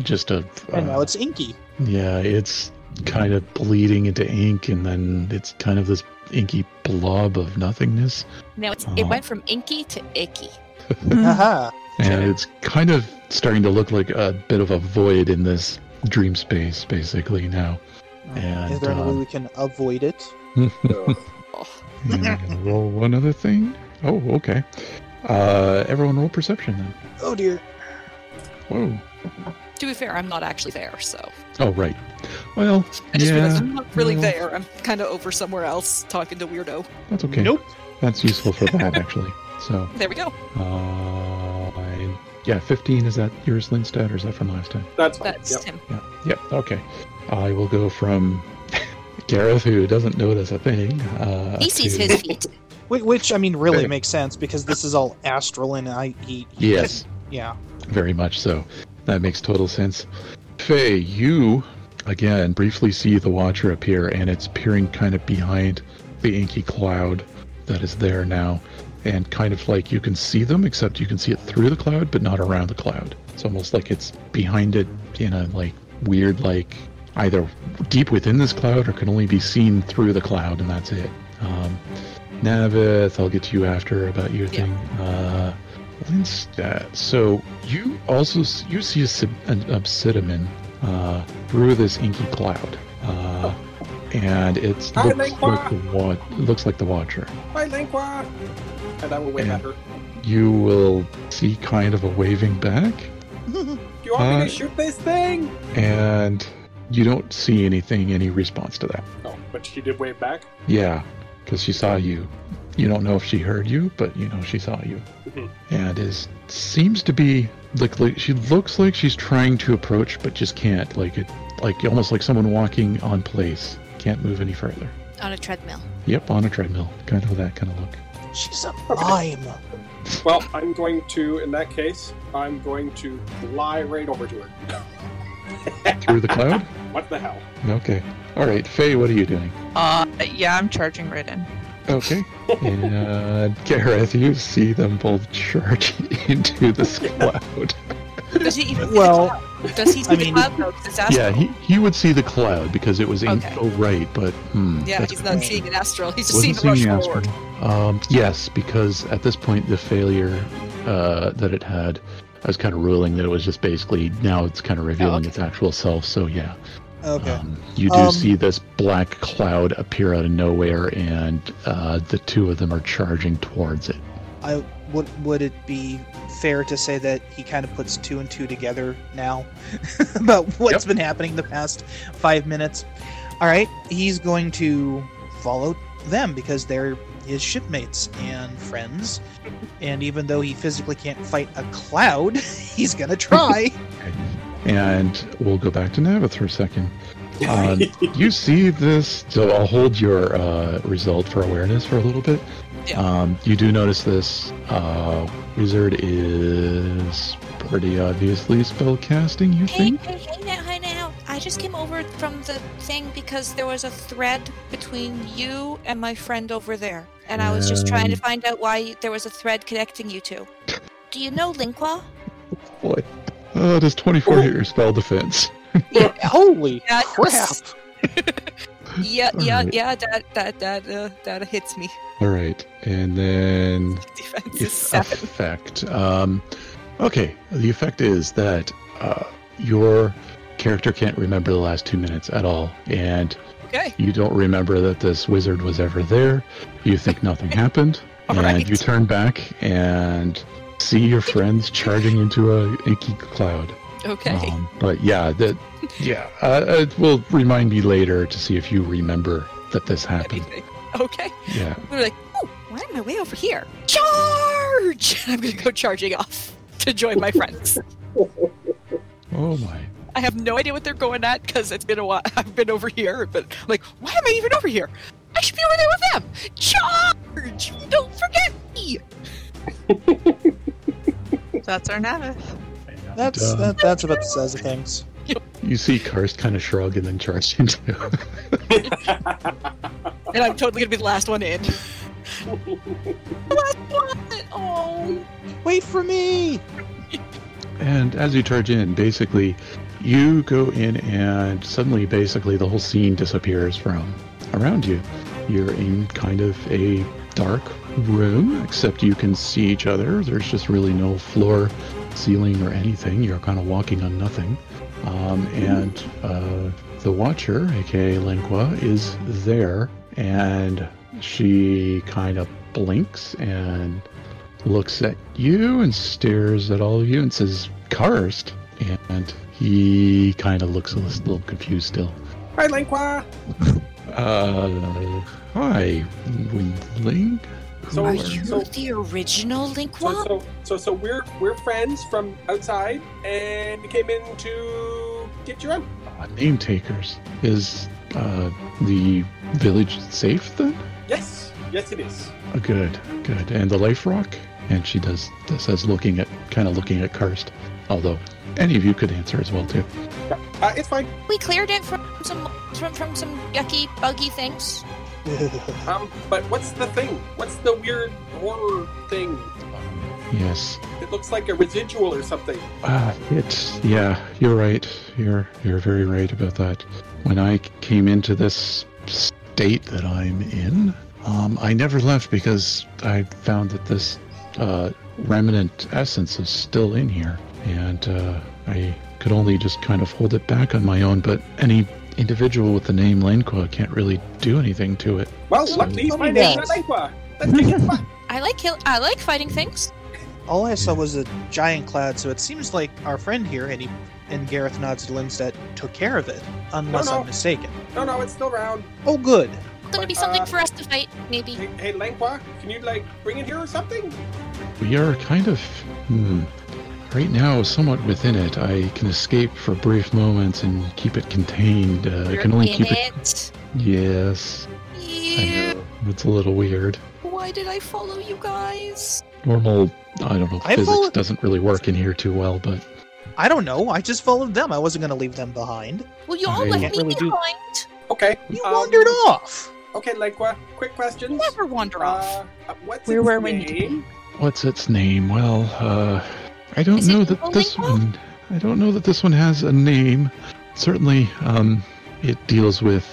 Just a. And now uh, it's inky. yeah, it's kind of bleeding into ink, and then it's kind of this inky blob of nothingness. Now it's, it Oh. went from inky to icky. Hmm. Aha. And it's kind of starting to look like a bit of a void in this dream space, basically, now. And, Is there any way um, we can avoid it? Uh, And I'm gonna roll one other thing. Oh, okay. Uh, everyone roll perception then. Oh dear. Whoa. To be fair, I'm not actually there, so Oh, right. Well, I just yeah, realized I'm not really well. there. I'm kind of over somewhere else talking to weirdo. that's okay. Nope. That's useful for that actually. So, There we go. uh, I- yeah, 15 is that yours, Lindstad, or is that from last time? that's fine. That's Yep. him. Yeah. Yep. Okay. I will go from Gareth, who doesn't notice a thing. Uh, He sees to- his feet. Whi- Which I mean, really Okay. makes sense because this is all astral and I eat. Yes. Yeah. Very much so. That makes total sense. Faye, you again briefly see the Watcher appear, and it's peering kind of behind the inky cloud that is there now. And kind of like you can see them, except you can see it through the cloud, but not around the cloud. It's almost like it's behind it in a like weird, like either deep within this cloud or can only be seen through the cloud, and that's it. Um, Navith, I'll get to you after about your Yeah. thing. Uh, Linstat. So you also s- you see a, sib- an obsidian uh, through this inky cloud, uh, and it's Hi, looks Lingua. like the wa- looks like the Watcher. Hi, Lingua! And I will wave Yeah. at her. You will see kind of a waving back, Do you want me Uh, to shoot this thing? and you don't see anything any response to that. No, Oh, but she did wave back. Yeah, because she saw you. You don't know if she heard you, but you know she saw you, Mhm. and is seems to be like, like she looks like she's trying to approach, but just can't. Like it, like almost like someone walking on place, can't move any further. On a treadmill. Yep, on a treadmill, kind of that kind of look. She's a mime. Well, I'm going to, in that case, I'm going to fly right over to her. Through the cloud. What the hell? Okay. All right, Faye, what are you doing? Uh, yeah, I'm charging right in. Okay. And uh, Gareth, you see them both charge into this cloud. Does he even see the Well, cloud? does he see I the mean- cloud though? 'Cause it's astral. Yeah, he, he would see the cloud because it was aimed Okay. oh, right, but hmm, Yeah, that's he's kind not of- seeing an astral. He's just wasn't seeing the rush seeing the forward. aspirin. Um, yes, because at this point the failure uh, that it had, I was kind of ruling that it was just basically now it's kind of revealing Oh, okay. its actual self. So yeah, Okay. um, you do Um, see this black cloud appear out of nowhere, and uh, the two of them are charging towards it. I would would it be fair to say that he kind of puts two and two together now about what's been happening the past five minutes? All right, he's going to follow them because they're his shipmates and friends. And even though he physically can't fight a cloud, he's gonna try. And we'll go back to Navith for a second. Um, you see this, so I'll hold your uh, result for awareness for a little bit. Yeah. Um, you do notice this uh, wizard is pretty obviously spellcasting, you Hey, think? hey, hey now, hi now. I just came over from the thing because there was a thread between you and my friend over there. And I was just trying to Um. find out why there was a thread connecting you two. Do you know Lingua? Oh, Boy. Uh, does 24 hit your spell defense? Holy Yeah, crap! Yeah, yeah, Alright. yeah. That that that uh, that hits me. All right. And then Defense is its seven. effect. Um, okay, the effect is that uh, your character can't remember the last two minutes at all, and Okay. you don't remember that this wizard was ever there. You think nothing happened, All and right. you turn back and see your friends charging into a inky cloud. Okay. Um, but yeah, that yeah, uh, it will remind me later to see if you remember that this happened. Anything. Okay. Yeah. We're like, oh, why am I way over here? Charge! I'm gonna go charging off to join my friends. Oh my. I have no idea what they're going at because it's been a while. I've been over here, but I'm like, why am I even over here? I should be over there with them. Charge! Don't forget me. That's our Navith. That's Dumb. that, that's about the size of things. You see Karst kind of shrug and then charge into. And I'm totally gonna be the last one in. last one. Oh. Wait for me! And as you charge in, basically, you go in, and suddenly, basically, the whole scene disappears from around you. You're in kind of a dark room, except you can see each other. There's just really no floor, ceiling, or anything. You're kind of walking on nothing. Um, and uh, the Watcher, aka Lenqua, is there, and she kind of blinks and looks at you and stares at all of you and says, "Cursed." And he kind of looks a little confused still. Hi, Lenqua. Uh, hi, Windling. So, Are so, you so, the original Link Wop? so, so, so we're we're friends from outside, and we came in to get you in. Uh, name takers. Is uh, the village safe then? Yes, yes, it is. Uh, good, good. And the life rock? And she does this as looking at, kind of looking at Karst. Although any of you could answer as well too. Uh, it's fine. We cleared it from some from, from some yucky, buggy things. Um, but what's the thing? What's the weird horror thing? Um, Yes. It looks like a residual or something. Uh, it's yeah. You're right. You're you're very right about that. When I came into this state that I'm in, um, I never left because I found that this uh, remnant essence is still in here, and uh, I could only just kind of hold it back on my own. But any individual with the name Lenqua can't really do anything to it. Well, So- luckily Tell me my name that. is Lenqua. Let's take it. I like kill- I like fighting things. All I saw was a giant cloud, so it seems like our friend here, and he, and Gareth nods to Limstead, took care of it, unless No, no. I'm mistaken. No, no, it's still round. Oh, good. It's gonna be But, something uh, for us to fight, maybe. Hey, hey Lenqua, can you like bring it here or something? We are kind of, hmm, right now somewhat within it. I can escape for brief moments and keep it contained. Uh, I You're can only in keep it. it. Yes, I You. know. It's a little weird. Why did I follow you guys? Normal, I don't know, I physics follow- doesn't really work in here too well, but I don't know. I just followed them. I wasn't going to leave them behind. Well, you all I left can't me really do- behind. Okay. You um, wandered off. Okay, Lenqua. Quick questions. Never wander off. Uh, what's Where its were we? name? what's its name? Well, uh, I don't Is it know that this Lingo? one. I don't know that this one has a name. Certainly, um, it deals with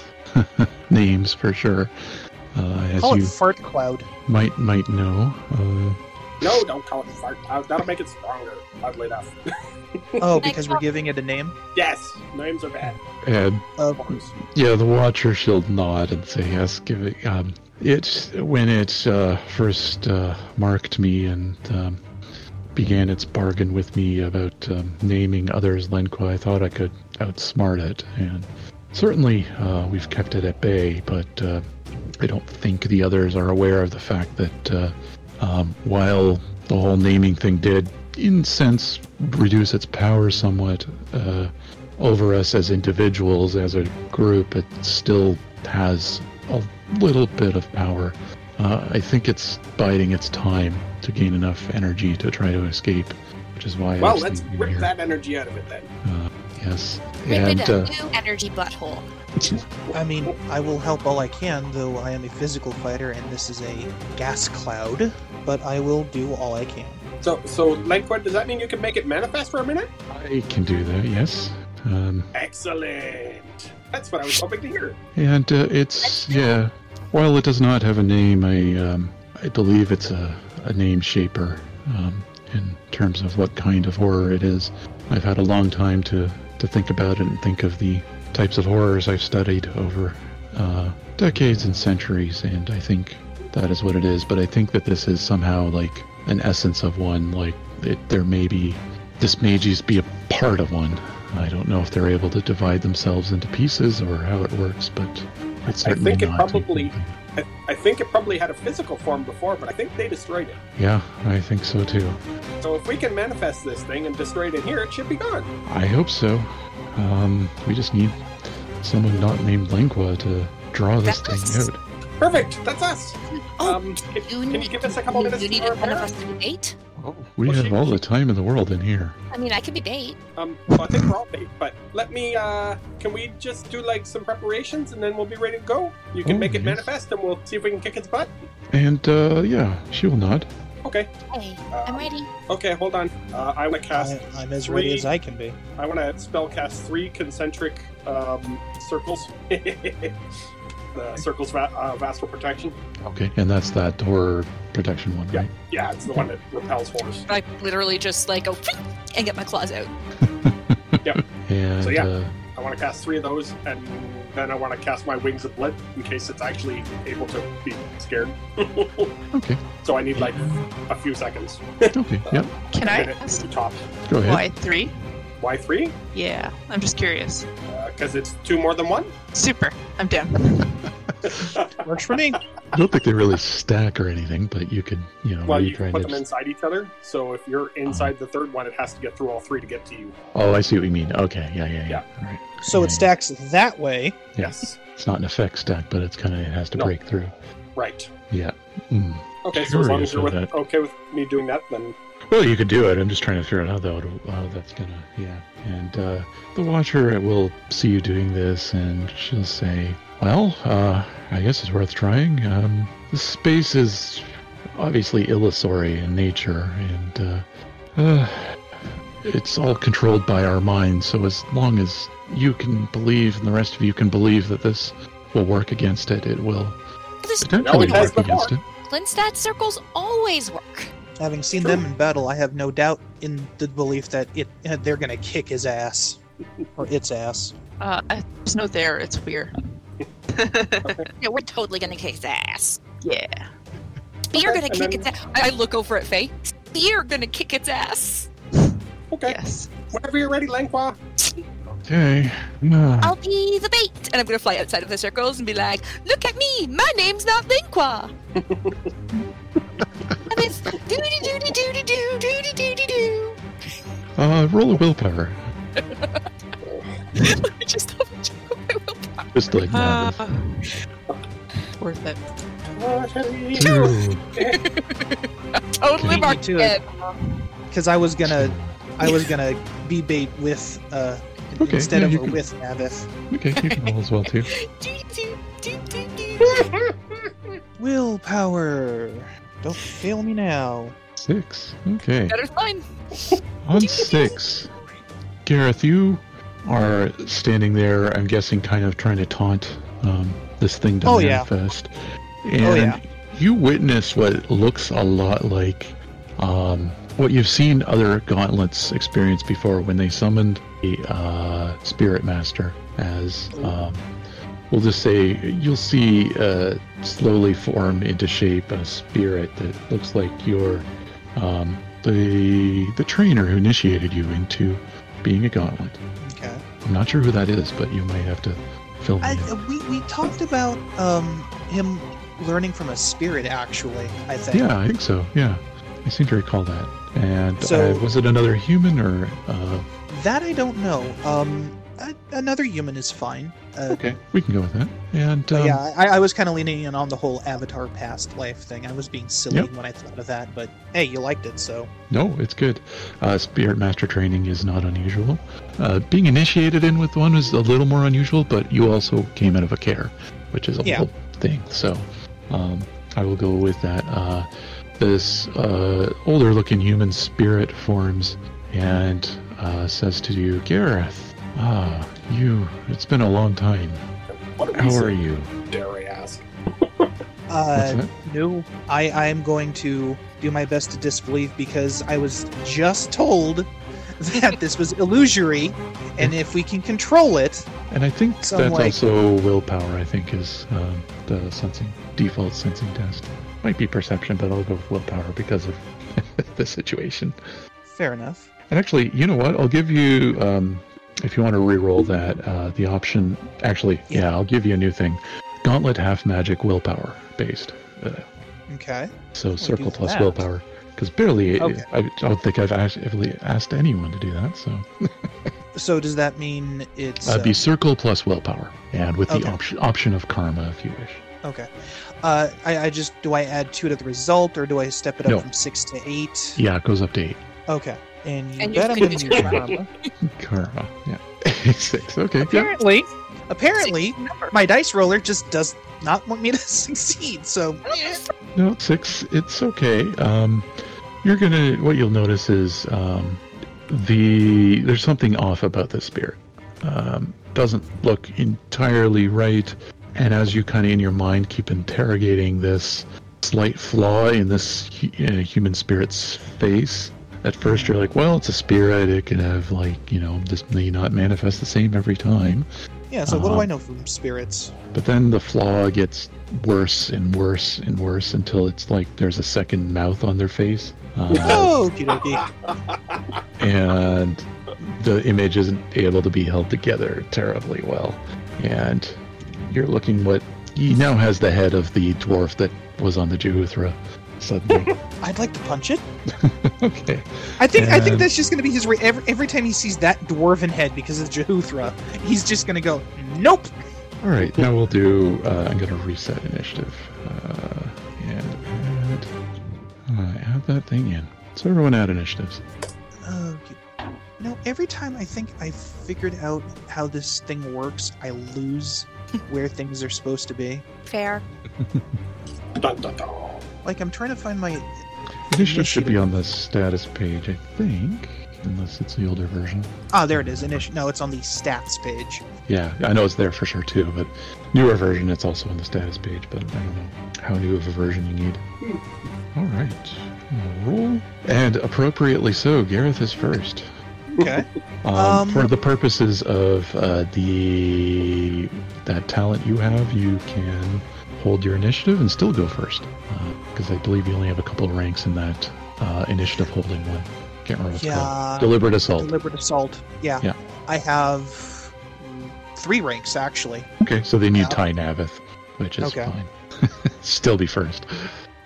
names for sure. Uh, as Call you it fart cloud. might might know. Uh, No, don't call it fart. Uh, That'll make it stronger. Oddly enough. Oh, Like because we're what? giving it a name. Yes, names are bad. and Uh, Yeah, the Watcher she'll nod and say yes. Give it. Um, it when it uh, first uh, marked me and um, began its bargain with me about um, naming others Lenqua, I thought I could outsmart it, and certainly uh, we've kept it at bay. But uh, I don't think the others are aware of the fact that uh, um, while the whole naming thing did, in sense, reduce its power somewhat. Uh, over us as individuals, as a group, it still has a little bit of power. Uh, I think it's biding its time to gain enough energy to try to escape, which is why. Well, I've let's seen you rip here. that energy out of it then. Yes, Rip and it uh, up, you energy butthole. I mean, I will help all I can, though I am a physical fighter and this is a gas cloud, but I will do all I can. So, so Lenqua, does that mean you can make it manifest for a minute? I can do that. Yes, um, Excellent. That's what I was hoping to hear. and uh, it's yeah. While it does not have a name, I um, I believe it's a, a name shaper um, in terms of what kind of horror it is. I've had a long time to, to think about it and think of the types of horrors I've studied over uh, decades and centuries, and I think that is what it is. But I think that this is somehow like an essence of one. Like it, there may be, this may just be a part of one. I don't know if they're able to divide themselves into pieces or how it works, but it's I certainly think it not probably- I, I think it probably had a physical form before, but I think they destroyed it. Yeah, I think so too. So if we can manifest this thing and destroy it in here, it should be gone. I hope so. Um, we just need someone not named Lingua to draw this That's- thing out. Perfect. That's us. Oh, um, can, you can need, you give us a couple you- minutes You to need prepare? one of us to be bait. We Well, have she- all the time in the world in here. I mean, I could be bait. Um, well, I think we're all late, but let me. Uh, can we just do like some preparations and then we'll be ready to go? You can Oh, make it yes. manifest, and we'll see if we can kick its butt. And uh, yeah, she will nod. Okay. Hey, Uh, I'm ready. Okay, hold on. Uh, I want to cast. I, I'm as ready as I can be. I want to spell cast three concentric um, circles. the circles of, a- of astral protection. Okay, and that's that horror protection one, Yeah. right? Yeah, it's the one that repels horse. I literally just like go "Phing," and get my claws out. And So, yeah. uh, I want to cast three of those, and then I want to cast my wings of blood in case it's actually able to be scared. okay, So I need like a few seconds. okay, yep. Can I Minute ask to top. Go ahead. why three? Why three? Yeah, I'm just curious. Because it's two more than one. Super. I'm down. Works for me. I don't think they really stack or anything, but you could, you know, Well, you you try can and put them just- inside each other. So if you're Uh-huh. inside the third one, it has to get through all three to get to you. Oh, I see what you mean. Okay, yeah, yeah, yeah. Yeah. All right. So it Yeah. stacks that way. Yeah. Yes. It's not an effect stack, but it's kind of it has to No. break through. Right. Yeah. Mm. Okay. So as long Curious as you're with, about okay with me doing that, then Well, you could do it. I'm just trying to figure out how, that, how that's gonna. Yeah. And uh, the watcher will see you doing this, and she'll say, "Well, uh, I guess it's worth trying. Um, this space is obviously illusory in nature, and uh, uh, it's all controlled by our minds. So as long as you can believe, and the rest of you can believe that this will work against it, it will This potentially it has work against it. before. Linstat circles always work. Having seen True. them in battle, I have no doubt in the belief that it uh, they're gonna kick his ass or its ass. Uh, I- there's no there. It's weird. Yeah, we're totally gonna kick his ass. yeah. Spear Okay, and gonna kick then- its ass. I I look over at Faye. Spear gonna kick its ass. okay. Yes. Whenever you're ready, Langqua. Okay. Uh, Yeah. I'll be the bait, and I'm gonna fly outside of the circles and be like, "Look at me! My name's not Linqua." and it's doo doo doo doo doo doo doo doo doo doo doo. Uh, roll a willpower. I just don't Just like Uh, that. worth it. Two. totally Okay. marked Me too. it. Because I was gonna I was gonna be bait with uh Okay, instead yeah, of you a can- with Navith. Okay, you can roll as well too. Doo doo doo doo doo. Willpower. Don't fail me now. Six. Okay. Better fine. On six, Gareth, you are standing there. I'm guessing, kind of trying to taunt um, this thing to Oh, yeah. manifest. And Oh, yeah. you witness what looks a lot like um, what you've seen other gauntlets experience before when they summoned a uh, spirit master as um, we'll just say you'll see uh, slowly form into shape a spirit that looks like your um, the the trainer who initiated you into being a gauntlet. Okay. I'm not sure who that is, but you might have to fill me I, uh, in. we we talked about um him learning from a spirit actually, I think. Yeah, I think so. Yeah, I seem to recall that. And So- uh, was it another human or? Uh, That I don't know. Um a, another human is fine. Uh, okay, we can go with that. And um, Oh, yeah, I, I was kind of leaning in on the whole Avatar past life thing. I was being silly Yep. when I thought of that, but hey, you liked it, so no, it's good. Uh, Spirit master training is not unusual. Uh, being initiated in with one is a little more unusual, but you also came out of a care, which is a Yeah. whole thing. So um, I will go with that. Uh, this uh, older looking human spirit forms and uh, says to you, Gareth, ah, you, it's been a long time. What a How are reason, you? Dare I ask? What's uh, that? no, I I am going to do my best to disbelieve because I was just told that this was illusory, and if we can control it, And I think Some that's like- also willpower. I think is um, the sensing default sensing test. Might be perception, but I'll go with willpower because of the situation. fair enough. And actually, you know what? I'll give you um, if you want to re-roll that uh, the option. Actually, yeah. I'll give you a new thing. Gauntlet half magic willpower based. Uh, Okay. so do circle plus that. willpower. Because barely, Okay. I, I don't think I've actually asked anyone to do that. So So does that mean it's uh, uh, be circle plus willpower, and with Okay. the option option of karma if you wish. okay? Uh, I, I just do I add two to the result, or do I step it up No. from six to eight? Yeah, it goes up to eight. Okay. And you And you bet I'm can gonna do do it. karma. Karma. Yeah. Six. Okay. Yeah. Apparently, apparently, Number. my dice roller just does not want me to succeed. So No, six. It's okay. Um, you're gonna. What you'll notice is um, the there's something off about this spirit. Um, doesn't look entirely right. And as you kind of in your mind keep interrogating this slight flaw in this hu- uh, human spirit's face, at first you're like, well, it's a spirit. It can have, like, you know, this may not manifest the same every time. Yeah, so what do Uh-huh. I know from spirits? But then the flaw gets worse and worse and worse until it's like there's a second mouth on their face. Uh, Oh, okie dokie. and the image isn't able to be held together terribly well. And you're looking what he now has the head of the dwarf that was on the Jehuthra suddenly. I'd like to punch it. okay. I think I think Um, that's just going to be his re- every, every time he sees that dwarven head because of Jehuthra, he's just going to go, nope. All right. Now we'll do. Uh, I'm going to reset initiative. Uh, and add, uh, add that thing in. So everyone add initiatives. Okay. No, every time I think I've figured out how this thing works, I lose where things are supposed to be. Fair. Dun, dun, dun. Like I'm trying to find my Initiative should be on the status page, I think, unless it's the older version. ah, there it is. Initial. No, it's on the stats page. Yeah, I know it's there for sure too, but newer version it's also on the status page, but I don't know how new of a version you need. All right, roll, and appropriately so. Gareth is first. Okay. Um, Um, for the purposes of uh, the that talent you have, you can hold your initiative and still go first, because I believe you only have a couple of ranks in that uh, initiative holding one. Can't remember what it's yeah. called. Deliberate assault. Deliberate assault. Yeah. Yeah. I have mm, three ranks actually. Okay, so they need Yeah. Ty Navith, which is Okay. fine. Still be first.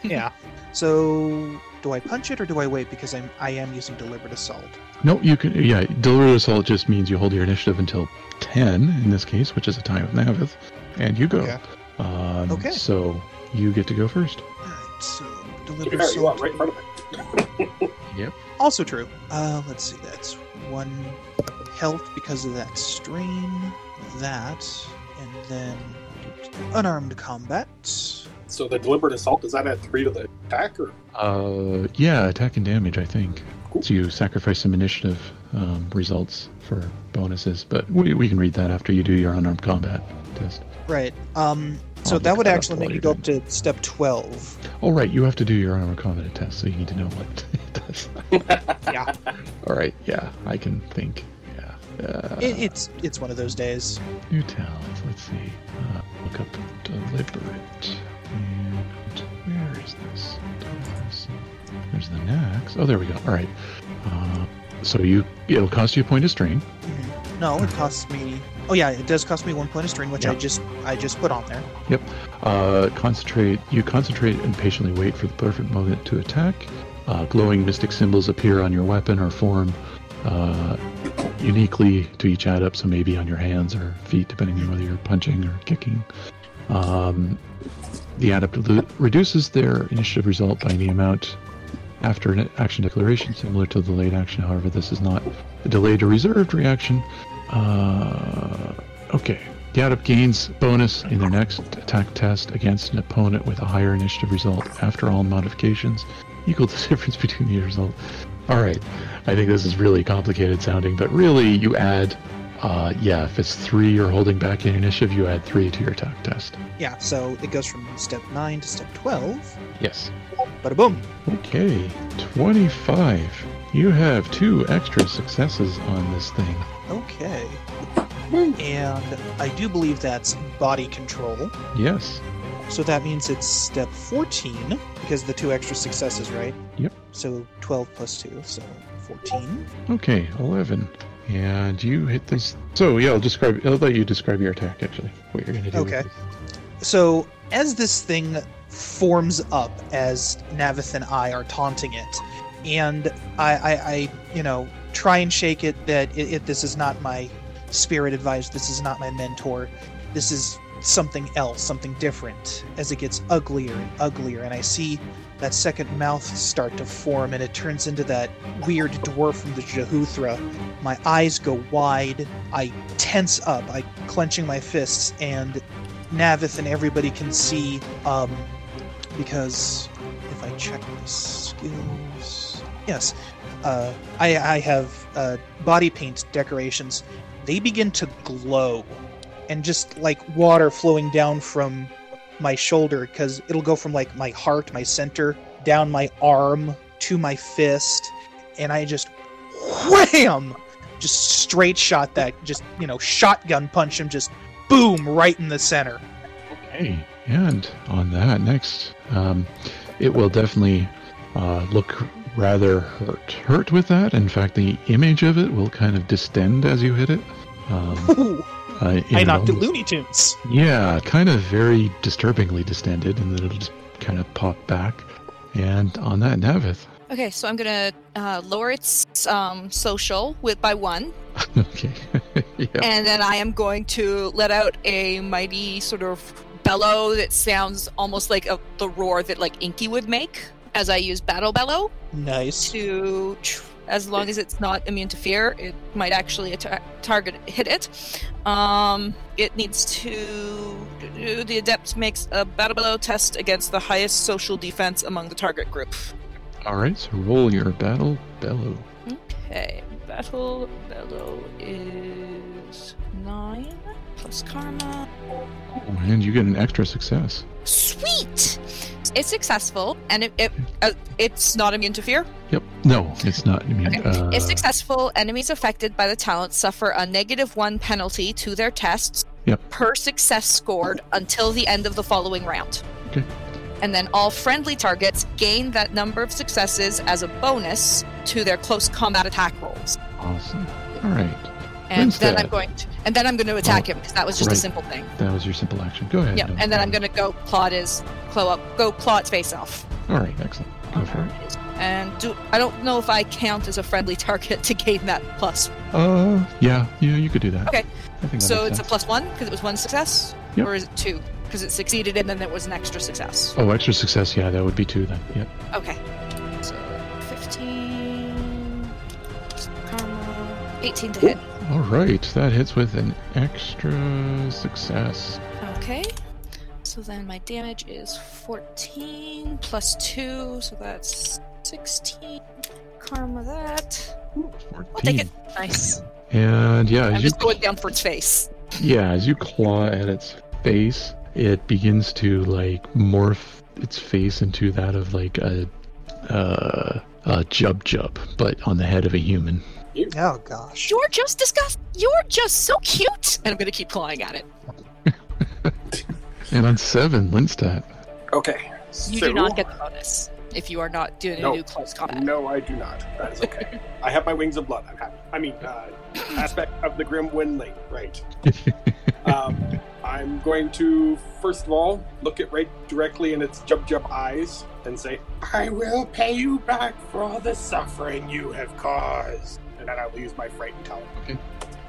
Yeah. So do I punch it or do I wait because I'm I am using deliberate assault. No, you can. Yeah, deliberate assault just means you hold your initiative until ten in this case, which is a time of Navith, and you go. Okay. Um, Okay. So you get to go first. All right. So Look deliberate at her, you are assault. right in front of me. Also true. Uh, let's see. That's one health because of that strain. That and then unarmed combat. So the deliberate assault is that at three to the attack or Uh, yeah, attack and damage. I think. So you sacrifice some initiative um, results for bonuses, but we, we can read that after you do your unarmed combat test. Right. Um. So I'll that look would that up actually make while me you go up to step twelve. Oh, right. You have to do your unarmed combat test, so you need to know what it does. Yeah. All right. Yeah, I can think. Yeah. Uh, It, it's it's one of those days. New talents. Let's see. Uh, look up deliberate. And where is this? There's the next. Oh, there we go. All right. Uh, so you, it'll cost you a point of strain. Mhm. No, it costs me. Oh yeah, it does cost me one point of strain, which I Yeah. just I just put on there. Uh, concentrate. You concentrate and patiently wait for the perfect moment to attack. Uh, glowing mystic symbols appear on your weapon or form, uh, uniquely to each adept. So maybe on your hands or feet, depending on whether you're punching or kicking. Um, the adept lo- reduces their initiative result by the amount after an action declaration, similar to the late action. However, this is not a delayed or reserved reaction. Uh, okay. The adept gains bonus in their next attack test against an opponent with a higher initiative result after all modifications equal to the difference between the result. All right. I think this is really complicated sounding, but really you add, uh, yeah, if it's three you're holding back in initiative, you add three to your attack test. Yeah. So it goes from step nine to step twelve. Yes. Bada boom. Okay. 25. You have two extra successes on this thing. Okay. And I do believe that's body control. Yes. So that means it's step 14 because the two extra successes, right? Yep. So 12 plus 2, so 14. Okay, 11. And you hit this. So, yeah, I'll describe. I'll let you describe your attack, actually. What you're going to do. with Okay. this. So as this thing forms up as Navith and I are taunting it, and I, I, I you know, try and shake it that it, it, this is not my spirit advisor, this is not my mentor, this is something else, something different. As it gets uglier and uglier, and I see that second mouth start to form, and it turns into that weird dwarf from the Jehuthra. My eyes go wide, I tense up, I clenching my fists, and Navith and everybody can see, um, because if I check my skills, yes, uh, I, I have uh, body paint decorations. They begin to glow and just like water flowing down from my shoulder because it'll go from like my heart, my center, down my arm to my fist, and I just wham, just straight shot that, just you know, shotgun punch him, just boom, right in the center. Okay, and on that next, um, it will definitely uh, look rather hurt. Hurt with that. In fact, the image of it will kind of distend as you hit it. Um, Ooh, uh, and I it knocked a almost- Looney Tunes. Yeah, kind of very disturbingly distended, and then it'll just kind of pop back. And on that, Navith. Okay, so I'm gonna uh, lower its um, social with by one, okay. yeah. and then I am going to let out a mighty sort of bellow that sounds almost like a, the roar that like Inky would make as I use battle bellow Nice. to, tr- as long as it's not immune to fear, it might actually atta- target hit it. Um, it needs to the adept makes a battle bellow test against the highest social defense among the target group. All right. So roll your battle bellow. Okay, battle bellow is nine plus karma. Oh, and you get an extra success. Sweet. It's successful, and it, it uh, it's not immune to fear. Yep. No, it's not. I mean, uh, If successful, enemies affected by the talent suffer a negative one penalty to their tests Yep. per success scored until the end of the following round. Okay. And then all friendly targets gain that number of successes as a bonus to their close combat attack rolls. Awesome. All right. And When's then that? I'm going to, and then I'm going to attack Oh, him because that was just a right. simple thing. That was your simple action. Go ahead. Yep, Navith. and then I'm gonna go claw his claw up, go claw its face off. All right. Excellent. Go for it. And do I don't know if I count as a friendly target to gain that plus. Uh, yeah. Yeah, you could do that. Okay. I think that So makes it's a sense. plus one because it was one success, Yep. or is it two? Because it succeeded and then it was an extra success. Oh, extra success. Yeah, that would be two then. Yep. Okay. So fifteen, karma, eighteen to hit. All right. That hits with an extra success. Okay. So then my damage is 14 plus 2, so that's 16. Karma that. 14. take it. Nice. And yeah, I'm as you just going down for its face. yeah, as you claw at its face, it begins to like morph its face into that of like a uh, a jub jub, but on the head of a human. Oh gosh. You're just disgust. You're just so cute. And I'm gonna keep clawing at it. And on seven, Linstat. Okay. You so- do not get the bonus if you are not doing No. a new close combat. No, I do not. That is okay. I have my wings of blood. I'm happy. I mean, uh, aspect of the grim windling, right? Um, I'm going to first of all look it right directly in its jub jub eyes and say, "I will pay you back for all the suffering you have caused." And then I will use my frightened talent.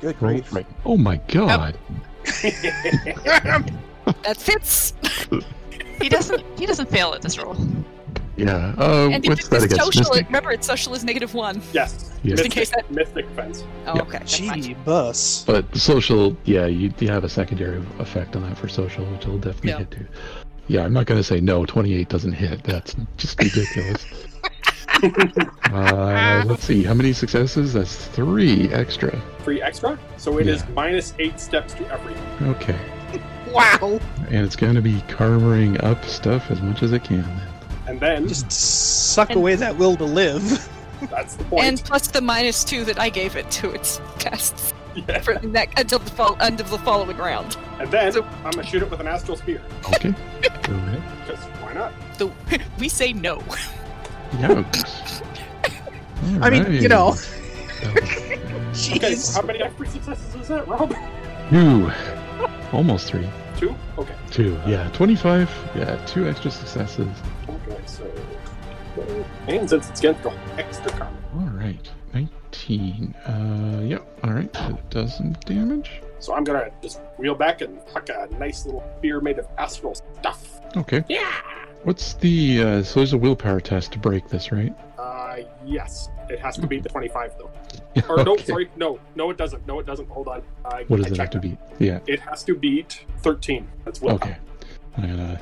Good Roll grief. right. Oh my god! That fits. He doesn't. He doesn't fail at this roll. Yeah. Uh, And if what's it's that against? social, Mystic? remember it's social is negative one. yes. Yes. Just in case Mystic, mystic fence. Oh, Yeah. okay. never mind. Gee, bus. But social, yeah, you, you have a secondary effect on that for social, which will definitely Yeah. hit too. Yeah, I'm not going to say no. Twenty-eight doesn't hit. That's just ridiculous. uh, let's see, how many successes? That's three extra. Free extra. So it is Yeah. minus eight steps to every. Okay, Wow. and it's going to be carvering up stuff as much as it can. And then Just suck And- away that will to live. that's the point. And plus the minus two that I gave it to its tests Yeah. for the neck until the fol- end of the following round. And then So- I'm gonna shoot it with an astral spear. Okay, go ahead. Because why not? So we say no. Yikes. I mean, Alright. you know. Okay, Jeez. how many extra successes is that, Rob? Two, almost three. Two? Okay. Two. Yeah, twenty-five. Yeah, two extra successes. Okay, so. And since it's against roll, extra karma. All right, 19. Uh, yep, all right, that does some damage. So I'm gonna just reel back and huck a nice little spear made of astral stuff. Okay. Yeah! What's the, uh, so there's a willpower test to break this, right? Uh, yes. It has to beat the 25, though. Or no, Okay. sorry. No, no, it doesn't. No, it doesn't. Hold on. I, What does it I have checked to be? Yeah, that. It has to beat 13. That's what. okay. I'm gonna,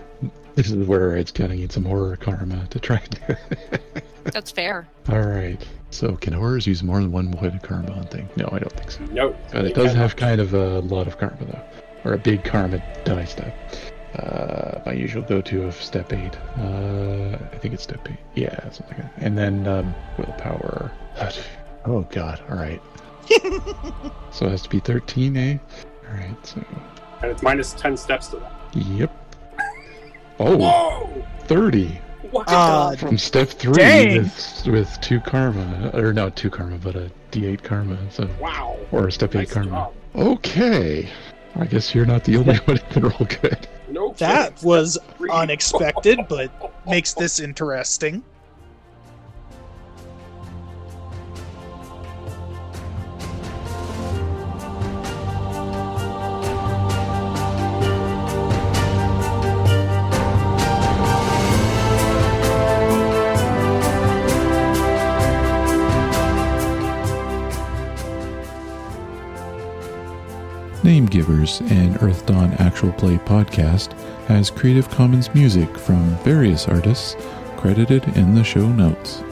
this is where it's gonna need some horror karma to try to. That's fair. all right, so can horrors use more than one point of karma on things? No, I don't think so. No. But Uh, it You does cannot. have kind of a lot of karma, though. or a big karma die step. Uh, my usual go-to of step eight. Uh, I think it's step eight. Yeah, something like that. And then um, willpower. Oh God! All right. so it has to be thirteen, eh? All right. So and it's minus ten steps to that. yep. Oh, Whoa! 30 What? Uh, from step three Dang. with, with two karma, or no, two karma, but a d8 karma. So wow! or a step eight Nice karma. job. Okay. I guess you're not the only one who can roll good. No That kidding. was Three. unexpected, but makes this interesting. Name Givers, an Earth Dawn actual play podcast, has Creative Commons music from various artists credited in the show notes.